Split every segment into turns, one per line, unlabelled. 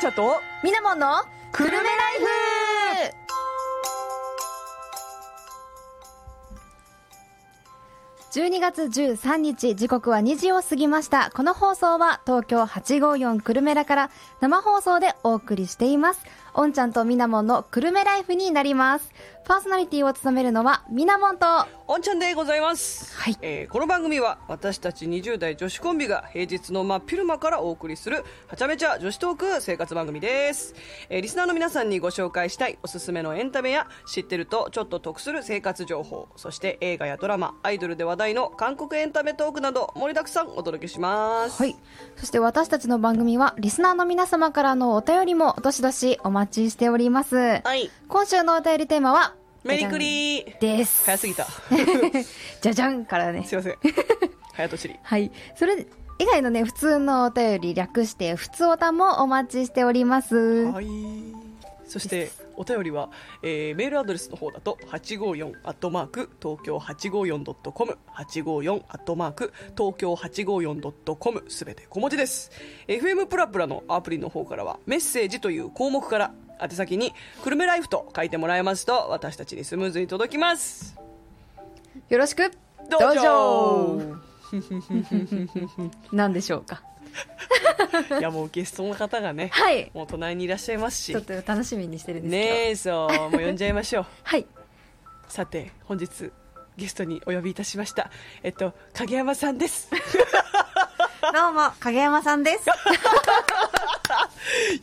茶と
みなもんの
くるめラ
イフ12月13日時刻は2時を過ぎましたこの放送は東京854くるめらから生放送でお送りしていますおんちゃんとみなもんのくるめライフになりますパーソナリティを務めるのはみなもんとは
おんちゃんでございます、
はい
えーこの番組は私たち20代女子コンビが平日の真っ昼間からお送りするはちゃめちゃ女子トーク生活番組です、えーリスナーの皆さんにご紹介したいおすすめのエンタメや知ってるとちょっと得する生活情報そして映画やドラマアイドルで話題の韓国エンタメトークなど盛りだくさんお届けします
いそして私たちの番組はリスナーの皆様からのお便りもどしどしお待ちしております、
はい
今週のお便りテーマは
メリクリー
です
早すぎた
じゃじゃんからね
すいません早とちり
はい。それ以外のね、普通のお便り略して、普通おたもお待ちしております。
はい。そしてお便りは、えーメールアドレスの方だと854アットマーク東京 854.com 854アットマーク東京 854.com すべて小文字です。FM プラプラのアプリの方からはメッセージという項目から宛先に久留米ライフと書いてもらえますと私たちにスムーズに届きます。
よろしく
どうぞ。
なんでしょうか。
いやもうゲストの方がね、
はい。
もう隣にいらっしゃいますし
ちょっ、と楽しみにしてるんですけど。
ねえそうもう呼んじゃいましょう。
はい。
さて本日ゲストにお呼びいたしましたえっと影山さんです
どうも、影山さんです。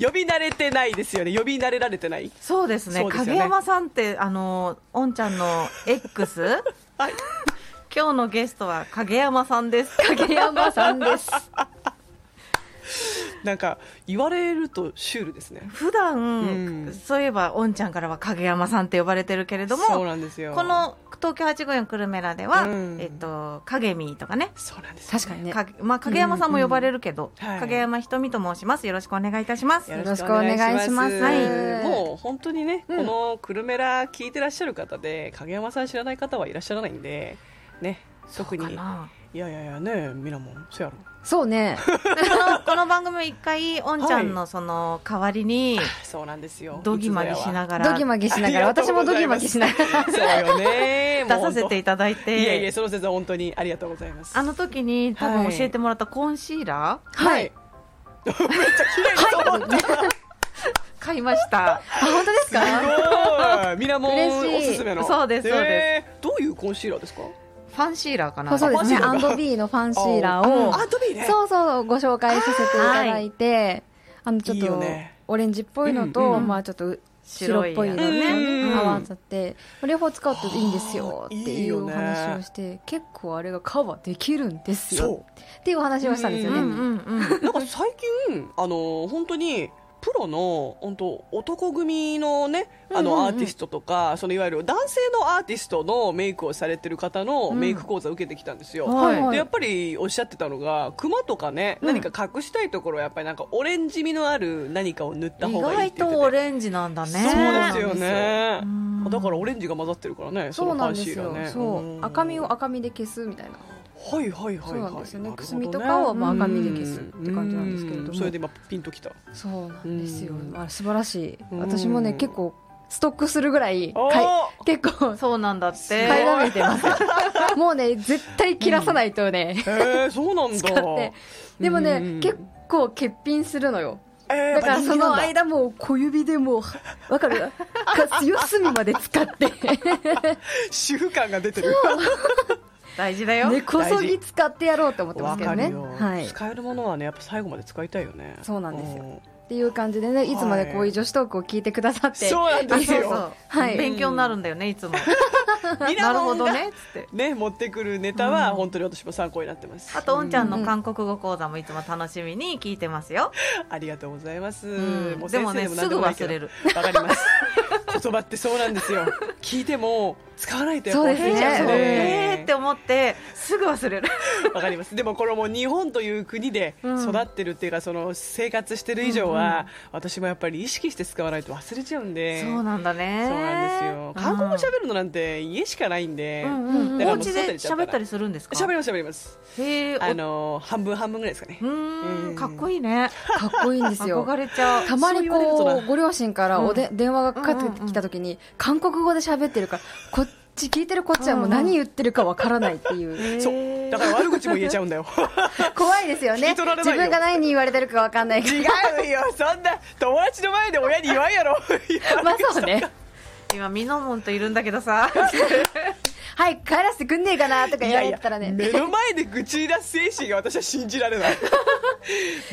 呼び慣れてないですよね呼び慣れられてない
そうですね。
そうですよね
影山さんって、あの、おんちゃんの X?
はい
今日のゲストは影山さんです。
影山さんです。
なんか言われるとシュールですね
普段、
うん
そういえば、おんちゃんからは影山さんって呼ばれてるけれど
そう
も、
なんですよ
この東京854クルメラでは、
うん
えっと、影みとかね、
そうなんですよ
確かにね。
かまあ、影山さんも呼ばれるけど、
うんうんはい
影山ひとみと申します。よろしくお願いいたします。
よろしくお願いしますはい
もう本当にね、
うん
この「くるめら」聞いてらっしゃる方で影山さん知らない方はいらっしゃらないんでね特に
かない
やいやいやねみなもんそうやろ
そうね。
この この番組を一回、おんちゃんのその代わりに、
そうなんですよ
どぎまぎしながら、
ドギマギしながら、
ありがと
私
うご
もド
ざ
ギ
い
マ
ま
ギ
す
しながら。
そうよね
出させていただいて、
いやいや、その説は本当にありがとうございます。
あの時に多分
はい
教えてもらったコンシーラー、
はい。。
めっちゃ綺麗 に染まっ
買いました。
あ、本当ですか
た。すごい。ミラモン
嬉
お
しい
すすめの。
そうですそうです
えーどういうコンシーラーですか？
ファンシーラーかな。
そうですね。
あファン
ア
シーラ
ン
ーだ
ドビーのファンシーラーを。
あ、ドビーね。
そうそう、ご紹介させていただいて、あの、ちょっ
いいよ
と
ね、
オレンジっぽいの
うん
う
と、
ん
まあちょっと、白
白
っ
い
ぽいの
や
と
つ
ね、
うん
合わさって、両方使うといいんですよって
いい
い
よ
うお
ね
話をして、結構あれがカバーできるんですよ
そ
っていうお話をしたんですよ
う
ね。
んうんうん。
なんか最近あの本当に。プロの本当男組のねあ
うんうんう
の
ん
アーティストとか、そのいわゆる男性のアーティストのメイクをされてる方のメイク講座を受けてきたんですよ、
はい
でやっぱりおっしゃってたのがクマとかね、
うん
何か隠したいところはやっぱりなんかオレンジ味のある何かを塗った
意
方がいいって言
外
って
と
て
オレンジなんだね。
そうですよね
うん
だからオレンジが混ざってるからね
そう
のフ
な
ァ
ん
ン
で
シー
す
ラ
よ
ー。ね
そう。赤みを赤みで消すみたいな。
はいはいはいはい
そうなんですよね。くすみ
み
とかをまあ
うん
赤みで消すって感じなんですけれども。
それで今ピンときた
そうなんですよ
うん。
あ素晴らしい。
うん
私もね、結構ストックするぐらい、
おー
買い結構、
そうなんだっ
え
て。
ー
買いだめてます。 もうね、絶対切らさないとね、
へえそうなんだ
使って。でも
う
ね
ん、
結構欠品するのよ。
えー
だから
やっぱ
そ
人気なん
の
だ
間もう小指でもう、わか るか四隅まで使って、
主婦感が出てる
大事だよ。
根こそぎ使ってやろうと思ってま
わ
すけど
か
ね
る。よ、
はい。
使えるものはねやっぱ最後まで使いたいよね
そうなんですよ
ん
っていう感じでね、いつまでこういう女子トークを聞いてくださって。
そうなん
あ
です
そうそ
よ
う。
はい
勉強になるんだよね、いつも。
ミ
な
ラ
る
モ
ほ
ン
ど
が
ね、つって。
ね持ってくるネタは本当に私も参考になってます
あと、おんちゃんの韓国語講座もいつも楽しみに聞いてますよ。
ありがとうございます。
ん
う先生
でもね
何ないけど
すぐ忘れる。
わかります。言葉ってそうなんですよ。聞いても使わないとやっぱ
そう
忘
で
れ
す
ち
ね
ゃうん
そう
で
えって思ってすぐ忘れる
わかりますでもこれも日本という国で
うん
育ってるっていうか、その生活してる以上は、私もやっぱり意識して使わないと忘れちゃうんで
そうなんだね
そうなんですよ韓国語喋るのなんて家しかないんで、
うんうん
だから
お
もう
家
外
で
出ちゃったら
喋ったりするんですか
喋ります喋ります
へえ
あの半分半分ぐらいですかね
うー
うん
んかっこいいね
かっこいいんですよ
憧れちゃう
たまに
そう言われる
ことう
な
ご両親からおで、電話がかかってきた時に、韓国語で喋ってるからこっち聞いてるこっちはもう何言ってるかわからないっていう、
そうだから悪口も言えちゃうんだよ
怖いですよね
聞き取られない
自
よ
分が何に言われてるかわかんないから
違うよそんな友達の前で親に言わんやろ
まあそうね
今ミノモンといるんだけどさ
はい帰らせてくんねえかなとか
い
言わ
やい
れ
や
てたらね
目の前で愚痴り出す精神が私は信じられ ない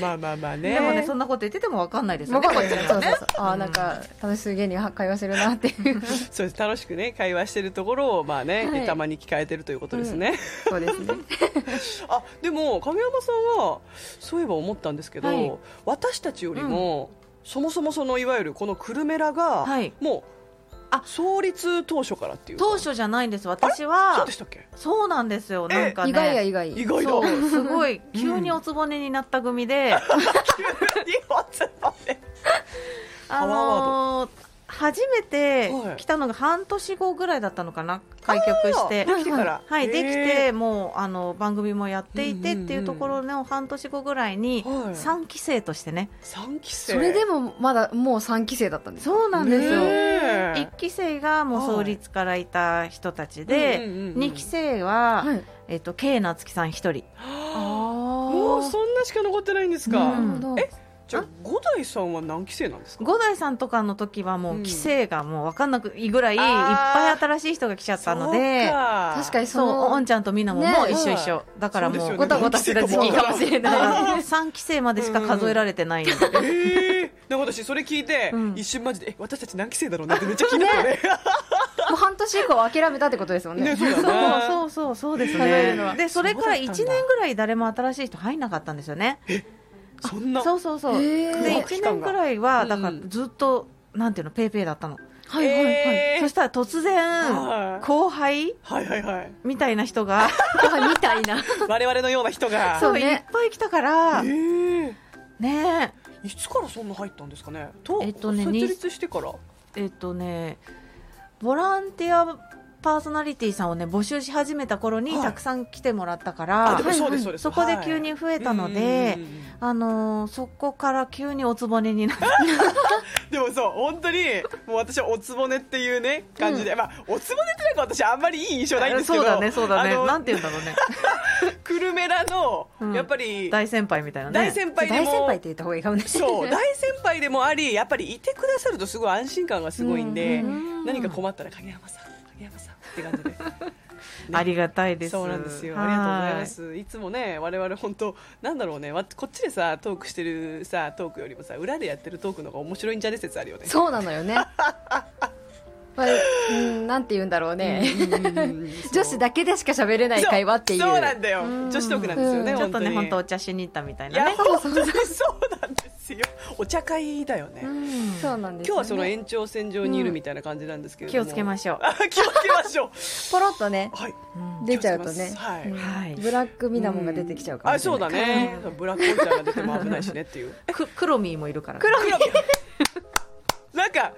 まあまあまあね
でもねそんなこと言っててもわかんないです
わ
よね
かん
こ
な
っ
い
ち
そう
で
そう
はね
そうああなんか楽しすげに会話してるなっていう
そうです楽しくね会話してるところをまあね、
はい
たまに聞かれてるということですね、
そうですね
あでも亀山さんはそういえば思ったんですけど、
はい
私たちよりも、そもそもそのいわゆるこのクルメラが、
はい
もう
あ
創立当初からっていうか
当初じゃないんです私
そ
は
うでしたっけ
そうなんですよ
え
なんかね
意外や意外
意外だ
そ
急に
うすごい急におつぼねになった組で、
おつまみ
あのー初めて
はい
来たのが半年後ぐらいだったのかな開局して
あーできてから
はい、でき
へ
てもうあの番組もやっていてっていうところの半年後ぐらいに
はい
3期生としてね、
ー三期生
それでもまだもう3期生だったんですよ
そうなんですよ、
ねえ
1期生がもう創立からいた人たち
う
で、
んうんうんうん
2期生は、
はい
えっと、K 夏樹さん1人
もうそんなしか残ってないんですか、
う
なるほど
じゃあ五代さんは何期生なんですか
五代さんとかの時はもう期生がもう分かんなくいいぐらいいっ
あー
ぱい新しい人が来ちゃったので
そうか
確かにそ
そう
の
おんちゃんとみなもんも
ね
一緒一緒、だからも
そうで
う
すよ
ご
ね
たごたしてた時期かもしれ
だ
ない
から3期生までしか数えられてないんで、
ええなんか私それ聞いて、
うん
一瞬マジでえ私たち何期生だろう なってめっちゃ聞いてたよね
もう半年以降は諦めたってことですもん ね
ねそうだね
そうそうそうそうです
数える
ね
のは
でそれから
そう
1
だったん
年
だ
ぐらい誰も新しい人入んなかったんですよね
そんな
そうそうそう
へ
で
ー
1年ぐらいは
うんう
だ
ん
からずっとなんていうのペイペイだったの、
はいはいはい、
えー
そしたら突
はい
然後輩
はいはいはい
みたいな人が
あみたい な
我々のような人が
そ
そうう
ね
いっぱい来たから
え
ね
え
え
いつからそんな入ったんですかねと、
えっとね
設立してから
えっとねボランティアパーソナリティさんをね募集し始めた頃に
はい
たくさん来てもらったから、
あでもそう
はいは
で
い
すそうです、
そこで急に増えたので、
うんうんうんうん
あのーそこから急におつぼねになって
でもそう本当にもう私はおつぼねっていうね感じで、まあおつぼねってなんか私あんまりいい印象ないんですけ
そ
ど
うだねそうだね
あの
なんて言うんだろうね
クルメラの
うん
やっぱり
大先輩みたいなね
大先輩で
大
も、
先輩って言った方がいいかもね
そう大先輩でもありやっぱりいてくださるとすごい安心感がすごいんで、
うんうん
うん
何か困ったら影山さん影山さんって感じで
ありがたいです
そうなんですよ
は
ありがとうございますいつもね我々本当なんだろうねわこっちでさトークしてるさトークよりもさ裏でやってるトークの方が面白いんじゃね説あるよね
そうなの よねまあ、うんなんて言うんだろうね、女子
け
だけでしか喋れない会話っていう
そうなんだよ
うん
女子トークなんですよね、
う
ちょっとね
本
本当
当
お
に
茶しに行ったみた
い
いな
や
ね
本当にそうなんですよお茶会だよね、
うん
そうなんです
今日
よね
はその延長線上にいるみたいな感じなんですけれど
気
も、
をつけましょう、
あ気をつけましょう。
ポロッとね
はい。
うん
出ちゃうとね、
はい
うん
はい
ブラックミナモンが出てきちゃうかも
あ、
しれ
そ
な
う
い
だね。ブラックおじゃんが出ても危ないしねっていう。
くクロミーもいるから、ね、
黒なんか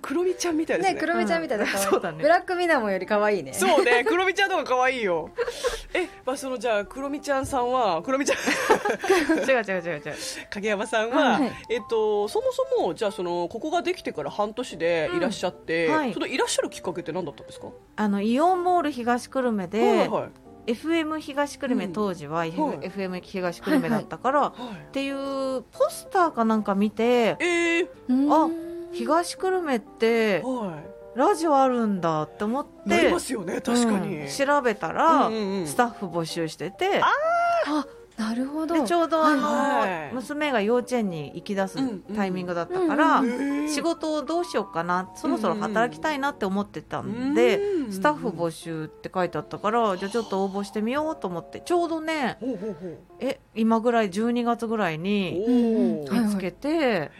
く黒みちゃんみたいです
ね
ね。
クロミちゃんみたいな可愛い、
そうだね
ブラックミナモンより可愛いね
そうね、黒みちゃんの方が可愛いよ。え、まあそのじゃあ黒みちゃんさんは黒みちゃん
違う違う違う違う
影山さんは、
はい
えっとそもそもじゃあそのここができてから半年でいらっしゃって、
うんはい
そのいらっしゃるきっかけって何だったんですか？
あのイオンモール東久留米で、
はいはい
FM 東久留米、
うん
当時は F-
はい
FM 東久留米だったから、
はい
っていうポスターかなんか見て
ええ
あ
東久留米って
は
ラジオあるんだって思っ
い。なり
て
ますよね、確かに。
うん調べたら、
うんうんうん
スタッフ募集してて
あなるほど
でちょうどあの、
はい
娘が幼稚園に行き出すタイミングだったか
うん
ら、
うん
へえ
仕事をどうしようかなそろそろ働きたいなって思ってたんで。
で
スタッフ募集って書いてあったからじゃあちょっと応募してみようと思ってちょうどね
ほうほうほう
え今ぐらい12月ぐらいに
おー
うん
見つけて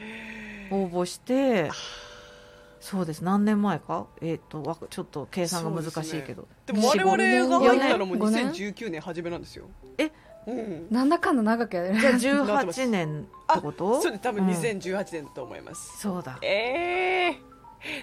応募してそうです何年前かえっ、とわちょっと計算が難しいけど、
でも我々が入ったらもう
四年
2019年初めなんですよ
え
うん
なんだかんだ長くや る
じゃあ18年ってこと
そうで多分
うん
2018年だと思います、
そうだ
えー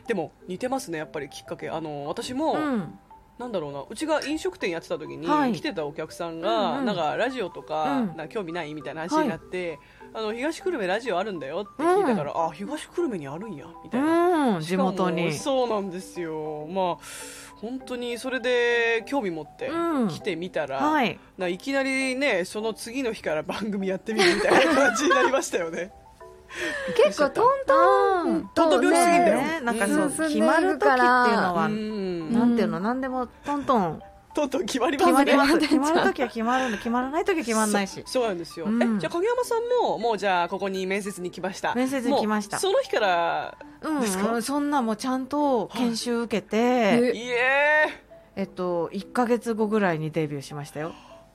でも似てますねやっぱりきっかけあの私も、
うん
なんだろうなうちが飲食店やってた時に、
はい
来てたお客さんが、
うんうん
なんかラジオとか,、
うん
なんか興味ないみたいな話になって、あの東久留米ラジオあるんだよって聞いてたら、あ東久留米にあるんやみたいな、
うん
し
地
かも
元に
そうなんですよまあ本当にそれで興味持って
うん
来てみたら、
はい
ないきなりねその次の日から番組やってみるみたいな感じになりましたよね
結構トントン
トントン拍子すぎんだよ
ねなんかそう、
うん進んでい
決
く
まる時 っていうのは、
うん
なんていうの何でもトントン
とうとう決まりま
決
す
まり
ね
ます決まる時は決まるの決まらない時は決まらないし
そうそうなんですよ、
うん
えじゃあ影山さんももうじゃあここに面接に来ました
面接に来ました
もうその日から
うん
ですか
うんそんなもうちゃんと研修受けて、
はいえ
いえ
えっと1か月後ぐらいにデビューしましたよ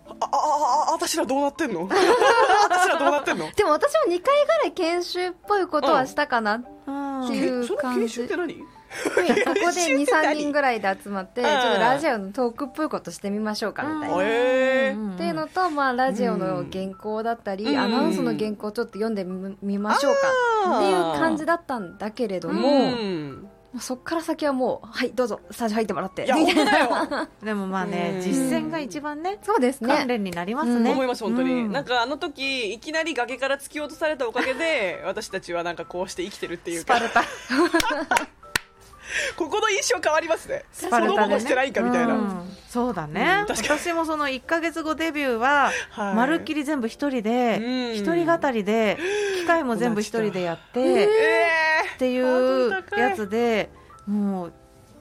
ああああ私らどうなってん の私らどうなってんの
でも私も2回ぐらい研修っぽいことはしたかな、
うん
って
え
い
その
感じ
研修って何
でそこで
研修って何
23人ぐらいで集まって
う
ち
ん
ょっとラジオのトークっぽいことしてみましょうかみたいな、
うん
っ
えー
ていうのと、まあ、ラジオの原稿だったり、
うん
アナウンスの原稿をちょっと読んでみみましょうかっていう感じだったんだけれども、
う
も
ん
うそっから先はもうはいどうぞスタジオ入ってもらって
いや
みた
本
いな
当だよ
でもまあね
うん
実践が一番ね
そうです
鍛
ね
錬になり ますね、
うん
思います本当に、
うん
なんかあの時いきなり崖から突き落とされたおかげ で私たちはなんかこうして生きてるっていう
スパ
か
ルタ
ここの印象変わりますね
スパルタ
そのまましてないかみたいな、
うんそうだね
う、ん確
私もその1か月後デビューは、
はい
まるっきり全部一人で
うん
一、人語りで機械も全部一人でやって、
え
っていうやつでもう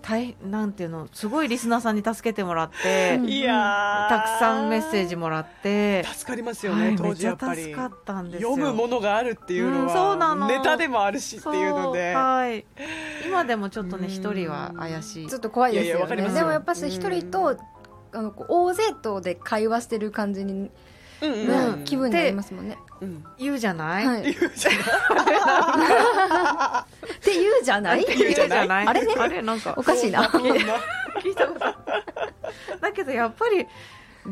大なんていうのすごいリスナーさんに助けてもらって
ー、いやー
たくさんメッセージもらって、
助かりますよね、
はい
当時やっぱ
め
り
っちゃ助かったんですよ
読むものがあるっていうのは、
うんそうなの
ネタでもあるしっていうので
そうはい、今でもちょっと
う
ね
ん
一人は怪しい
ちょっと怖いですよ
いやいやわ
ね
かります
よ
でもやっぱし一人とあのこう大勢とで会話してる感じに、
うんうん
ね
うん
気分になりますもんね、
うん
言うじゃない、
はい、
言うじゃん
って言うじゃない
言うじゃない
あれね
あれなんか
おかしいな
そんな
聞いたことあるだけどやっぱり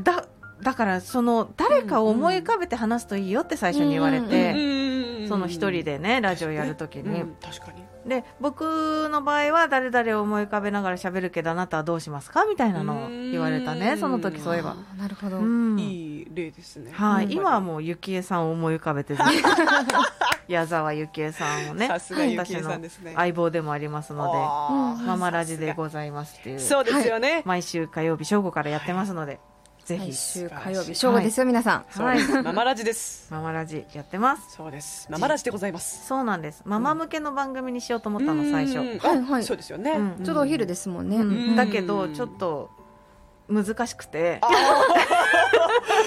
だだからその誰かを思い浮かべて話すといいよって最初に言われ
うん
て、
うんうん
その一人でねラジオやるときに、
うん確かに
で僕の場合は誰々を思い浮かべながら喋るけどあなたはどうしますかみたいなのを言われた
う
ね
ん
その時そういえば、
あーなるほど、
うん
いい例ですね
はい、
うん
今はもうゆきえさんを思い浮かべ てずっと矢沢ゆきえさんをね
さすがゆきえさんですね
私の相棒でもありますの
あ
で
ー
ママラジでございますっていう
そうですよね、
毎週火曜日正午からやってますので、ぜひ
来週火曜日正午ですよ、皆さん
そうですママラジです
ママラジやってます
そうですママラジでございます
そうなんですママ向けの番組にしようと思ったの最初、
うん
はいはい
そうですよね、
うん
ちょうどお昼ですもんね、
うん
うん
だけどちょっと難しくて
あ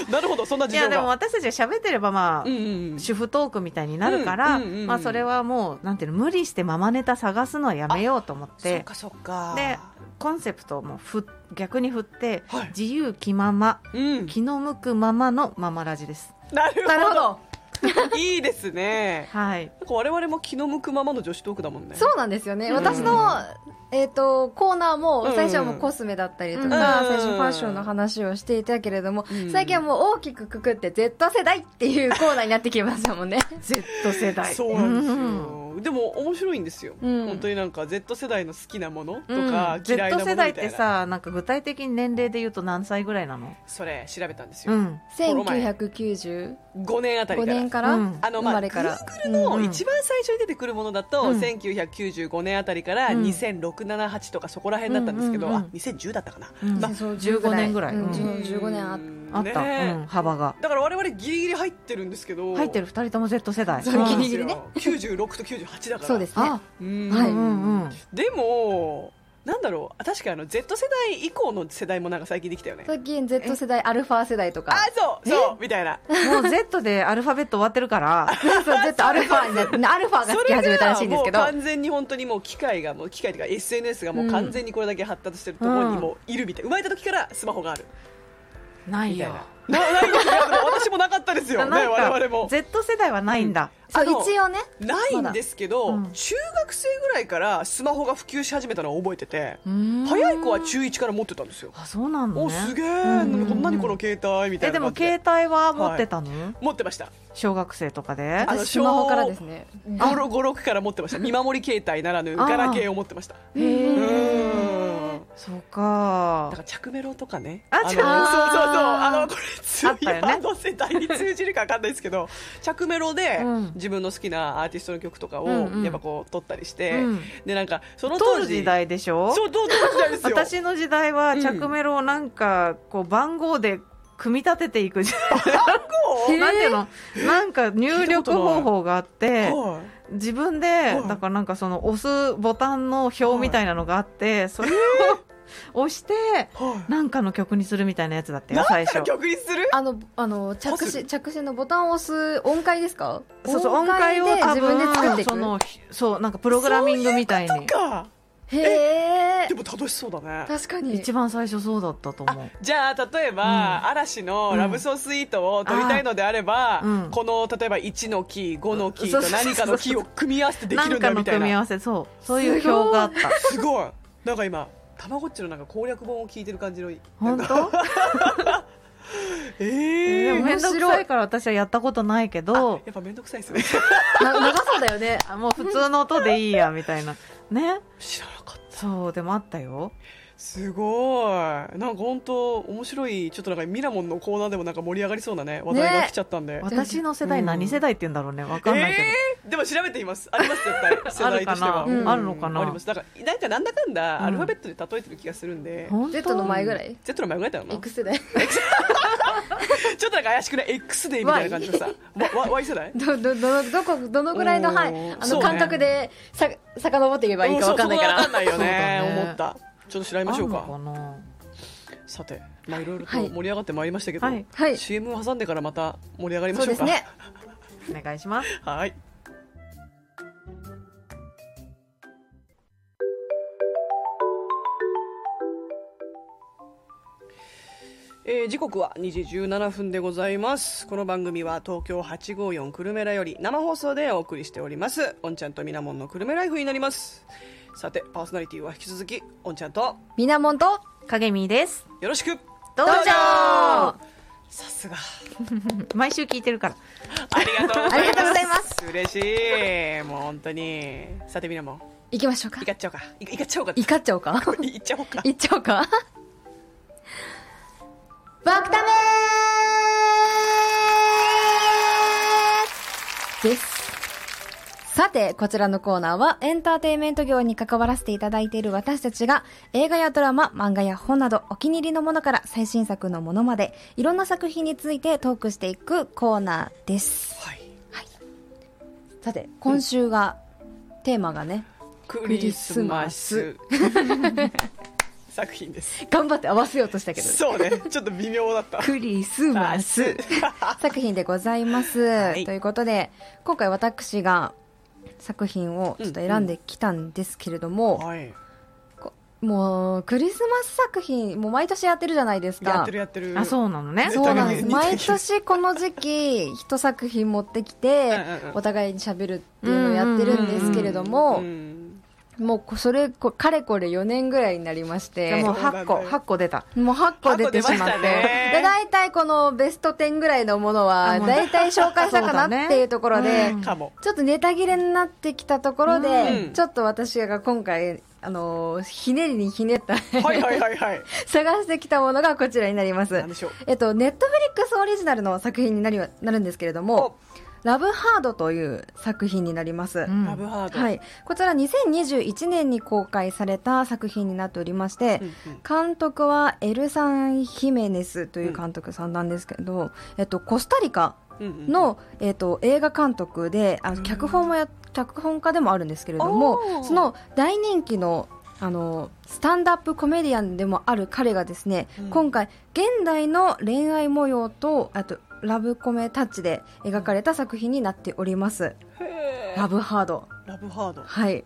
ー なるほどそんない事情
や
が
でも私たちが喋ってればまあ、
うんうんうん
主婦トークみたいになるから、
うんうんうんうん
まあ、それはもうなんていうの無理してママネタ探すのはやめようと思っ
そってかそっか
でコンセプトをもうふ逆に振って、
はい
自由気まま
うん
気の向くままのママラジです
なる
なるほど
ほど いいですね
はい
なんか我々も気の向くままの女子トークだもんね
そうなんですよね、
うん
私の、えー、とコーナーも
うん
最初はもうコスメだったりとか、
うん
最初ファッションの話をしていたけれども、
うん
最近はもう大きくくくって Z 世代っていうコーナーになってきましたもんね
Z 世代
そうなんですよ、
うん
でも面白いんですよ、
うん
本当になんか Z 世代の好きなものと
うん
か、嫌いなものみ
Z 世
たいな
代ってさなんか具体的に年齢で言うと何歳ぐらいなの
それ調べたんです
う
よ、
ん
1995
5年あたりから
年から、
うん
あのま
生ま
あ、
れから
グーグルの一番最初に出てくるものだと、
うん
1995年あたりから
うん
20678とかそこら辺だったんですけど、
うんうんうん
あ2010だったかな、
うん
まあ
そう
15年ぐらい
うん
うん
15年あっ
あった、
ねえ
うん、幅が
だから我々ギリギリ入ってるんですけど
入ってる2人とも Z 世代
そう
そう
うん
なんで
ギ
す
リ
よ
ギリね
96と98だから
そうですね
あ
うん
はい
うんうん
でもなんだろう確かにあの Z 世代以降の世代もなんか最近できたよね
最近 Z 世代アルファ世代とか
あそうそうみたいな
もう Z でアルファベット終わってるから
そう、Z アルファになって、アルファがつき始めたらしいんですけど
それがもう。完全に本当にもう機械がもう機械というか SNS がもう完全にこれだけ発達してるところにもういるみたい、生まれた時からスマホがある
ない
みたい
よ
な。なないですよでも私もなかったですよ、
あ
ね、
ないか
我々も
Z 世代はないんだ、
そう
あの
一応ね
ないんですけど、
まだうん
中学生ぐらいからスマホが普及し始めたのを覚えてて、
うーん
早い子は中1から持ってたんですよ、
あそうなんだ、ね、
おすげえ、
うん
こんなにこの携帯みたいな
えで
感
も
じ
携帯は持ってたの、
持ってました
小学生とかで
あの
私スマホからですね
56から持って ました見守り携帯ならぬガラケーを持ってました
へ
う
え
ん
そう
だ
か
から着メロとかね
あ
の
着
そう
メ
そう
ロ
そうあ
あー
のこれ
あった
強
よね
いバンド世代に通じるか分かんないですけど着メロで
うん
自分の好きなアーティストの曲とかを
うんうん
やっぱこう撮ったりして、
うん
でなんかその
当
当
る
時
時代でしょ
そう当時の時代ですよ
私の時代は
うん
着メロをなんかこう番号で組み立てていく時
こう
代、なんていうのなんか入力方法があって
は
自分で、
い
だからなんかその押すボタンの表みたいなのがあって、それを押して
いは
なんかの曲にするみたいなやつだった
い
よ最
なんか
初
の曲にする
あのあの着
押
信着信のボタンを押す音階ですか
そうそう音階を
で
多
自分
分
で作っていく
そのそうなんかプログラミングみたいに
か
へえ
でも楽しそうだね
確かに
一番最初そうだったと思う
じゃあ例えば、
うん
嵐の「ラブソースイート」を撮りたいのであれば、
うんあーうん
この例えば1のキー5のキー
そう
と
そうそうそう
何かのキーを組み合わせてで
な
きる
ん
ん
か
だ
の
みたい
組み合
な
わせそうそういう表があった
すごいなんか今たまごっちのなんか攻略本を聞いてる感じのなん
本
か
当
え
で
ー
も
面
面倒
白い
くさいから私はやったことないけど
やっぱ面倒くさいですね
な長そうだよね
あもう普通の音でいいやみたいなね
知らなかった
そうでもあったよ
すごいなんか本当面白いちょっとなんかミラモンのコーナーでもなんか盛り上がりそうなね話題が来ちゃったんで、
私の世代
うん
何世代って言うんだろうねわかんないけど、
えーでも調べていますあります絶対世代としては
るかな
あ
う
あ
るのかな
ありますだからなんかなんだかん
うん
だアルファベットで例えてる気がするんで、
本当
Z の前ぐらい
Z の前ぐらいだよな
X 世代
ちょっとなんか怪しくない X でみたいな感じのさわわ Y 世代
どどどのどこどのぐらいの
おー
はいあ
そう
の
ね
感覚でさ遡っていけばいいかわかんないか
うんそ
ら
うそこがわかんないよね
そうだね
思ったちょっと調べましょうか
あんのか
さてまあいろいろと
はい
盛り上がってまいりましたけど、
はい
はい
CM を挟んでからまた盛り上がりま
そう
しょう
です
か
ね
なお願いします
はいえー時刻は2時17分でございますこの番組は東京854久留米らより生放送でお送りしておりますおんちゃんとみなもんの久留米ライフになりますさてパーソナリティは引き続きおんちゃんと
みなもんと
影見です
よろしく
ど
うぞ
さすが
毎週聞いてるから
ありがとうございます
ありがとうございます
嬉しいもう本当にさてみなもん
行きましょうか
いかっちゃおうかいいかっちゃおうか
いかっちゃおうか
いっちゃおうか
いっちゃおうかバクタメです。さて、こちらのコーナーはエンターテインメント業に関わらせていただいている私たちが映画やドラマ、漫画や本などお気に入りのものから最新作のものまでいろんな作品についてトークしていくコーナーです。
はい
さて、今週が、テーマがね、
クリスマス作品です
頑張って合わせようとしたけど、
そうねちょっと微妙だった
クリスマス。 作品でございます。
い
ということで今回私が作品をちょっと選んできたんですけれども、
はい
もうクリスマス作品もう毎年やってるじゃないです
や
か
ってる。やってる
あそうなのね
そうなんです
似てる
毎年この時期一作品持ってきて
うんうんうん
お互いに喋るっていうのをやってるんですけれども
ん
もうこそれこかれこれ4年ぐらいになりまし
じゃあ
て
もう
そうなんだ
8
よ
個8個出た
もう8個出てし
八個出ま
まって
したね
で大体このベスト10ぐらいのものは
あもう
大体紹介したか
そう
な
だね
っていうところで
うん
かも
ちょっとネタ切れになってきたところで、
うん
ちょっと私が今回、あのーひねりにひねった、
はいはいはいはい
探してきたものがこちらになります
何。でしょう
えっと、ネットフリックスオリジナルの作品になりなるんですけれども、ラブハードという作品になります。
うん
ラブハード
はい。こちら2021年に公開された作品になっておりまして、
うんうん
監督はエルサン・ヒメネスという監督さんなんですけど、えっと、コスタリカ
うんうん
の、えー、と映画監督であの脚本もや脚本家でもあるんですけれども
おー
その大人気のあのスタンダップコメディアンでもある彼がですね、
うん
今回現代の恋愛模様とあとラブコメタッチで描かれた作品になっております
へ
「
ー
ラブハード
ラブハー」ド
はい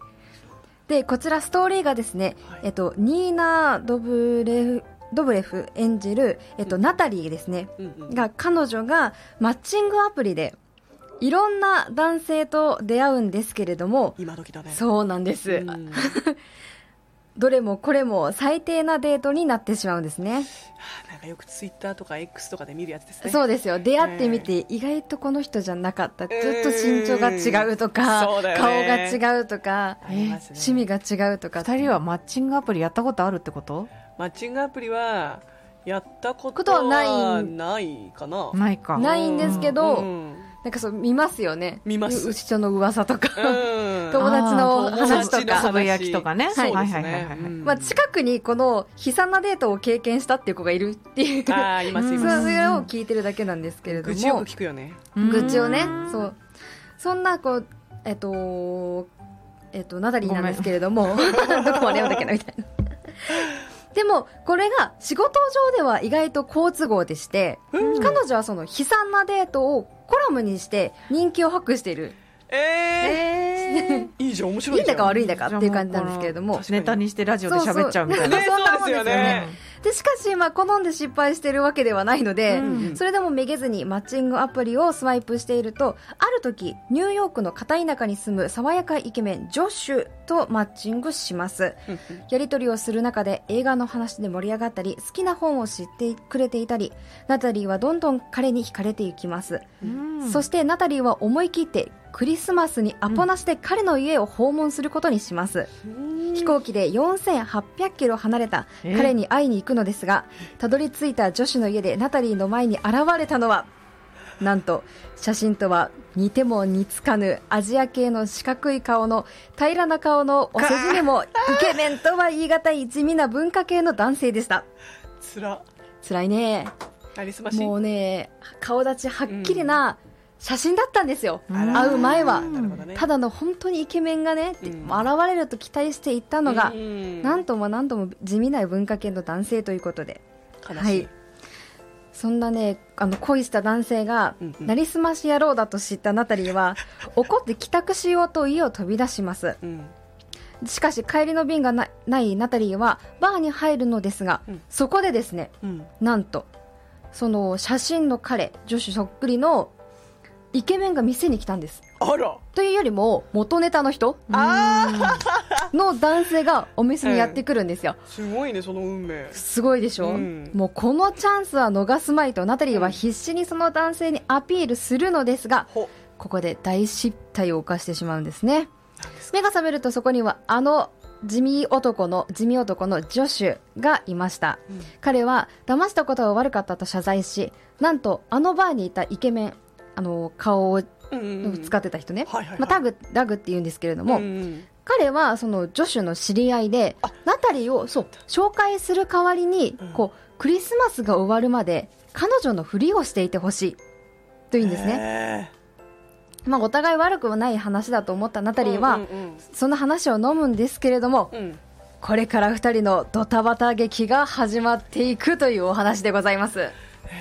でこちらストーリーがですね、
はい
えっと、ニーナ・ドブレフドブレフ演じる、えっと、
うん
ナタリーですね、
うんうん
が彼女がマッチングアプリでいろんな男性と出会うんですけれども、
今時だね
そうなんです、
う ん
どれもこれも最低なデートになってしまうんですね
なんかよくツイッターとか X とかで見るやつですね
そうですよ出会ってみて、意外とこの人じゃなかった、
ん
ずっと身長が違うとか
そうだよ
顔が
ね
違うとか、
ありますね
趣味が違うとか
二人はマッチングアプリやったことあるってこと
マッチングアプリはやったこ
こととはな
はいないかな
ないか
ないんですけど、
う ん
なんかそう見ますよね
見ます
う人の噂とか、
うん
友達の
あー
話と
友達の
か
つぶやきとかね
そうです
はいはいはいは
ね
い
うん
まあ、近くにこの悲惨なデートを経験したっていう子がいるっていう
あーいますい
そ
ま
うん
す
れを聞いてるだけなんですけれども
愚痴よく聞くよね
愚痴をね
うん
そうそんなこうえっとえっとナダリーなんですけれ どもどこまで読んだっけなみたい なでもこれが仕事上では意外と好都合でして、
うん
彼女はその悲惨なデートをコラムにして人気を博している、
え
えー
ーいいじゃん面白
い
い
いんだか悪
い
いんだかっていう感じなんですけれども
じゃ
ネタにしてラジオで喋っちゃうみたいな
ねそうですよね
でしかし、まあ、好んで失敗してるわけではないので、
うん
それでもめげずにマッチングアプリをスワイプしているとある時ニューヨークの片田舎に住む爽やかイケメンジョッシュとマッチングしますやり取りをする中で映画の話で盛り上がったり好きな本を知ってくれていたりナタリーはどんどん彼に惹かれていきます、
うん
そしてナタリーは思い切ってクリスマスにアポなしで彼の家を訪問することにします、飛行機で4800キロ離れた
え
彼に会いに行くのですがたどり着いた女子の家でナタリーの前に現れたのはなんと写真とは似ても似つかぬアジア系の四角い顔の平らな顔のお世辞でもイケメンとは言い難い地味な文化系の男性でした
つら
辛いね
なりすましい
もうね顔立ちはっきりな写真だったんですよ、
ん
会う前は
なるほどね
ただの本当にイケメンがね、って
うん
現れると期待していったのが、
うん
なんともなんとも地味な文化系の男性ということで
悲
は
し
い
い
そんなねあの恋した男性が、
うんうん
なりすまし野郎だと知ったナタリ ーは怒って帰宅しようと家を飛び出します
うん
しかし帰りの便がなないナタリーはバーに入るのですが、
うん
そこでですね
うん
なんとその写真の彼女子そっくりのイケメンが店に来たんです
あら
というよりも元ネタの人の男性がお店にやってくるんですよ、
すごいねその運命
すごいでしょ、
うん
もうこのチャンスは逃すまいとナタリーは必死にその男性にアピールするのですが
ほ
ここで大失態を犯してしまうんですね
なんですか
目が覚めるとそこにはあの地味男の地味男のジョシュがいました
うん
彼は騙したことは悪かったと謝罪しなんとあのバーにいたイケメンあの顔を
うんうんうん
使ってた人ね、
はいはいはい
まあ、タグダグって言うんですけれども、
うんうん
彼はそのジョシュの知り合いで
あ
ナタリーをそう紹介する代わりに、
うん
こうクリスマスが終わるまで彼女のふりをしていてほしいというんですね、
ね
まあ、お互い悪くはない話だと思ったナタリーは、
うんうん
その話を飲むんですけれども
うんうん
これから2人のドタバタ劇が始まっていくというお話でございます
え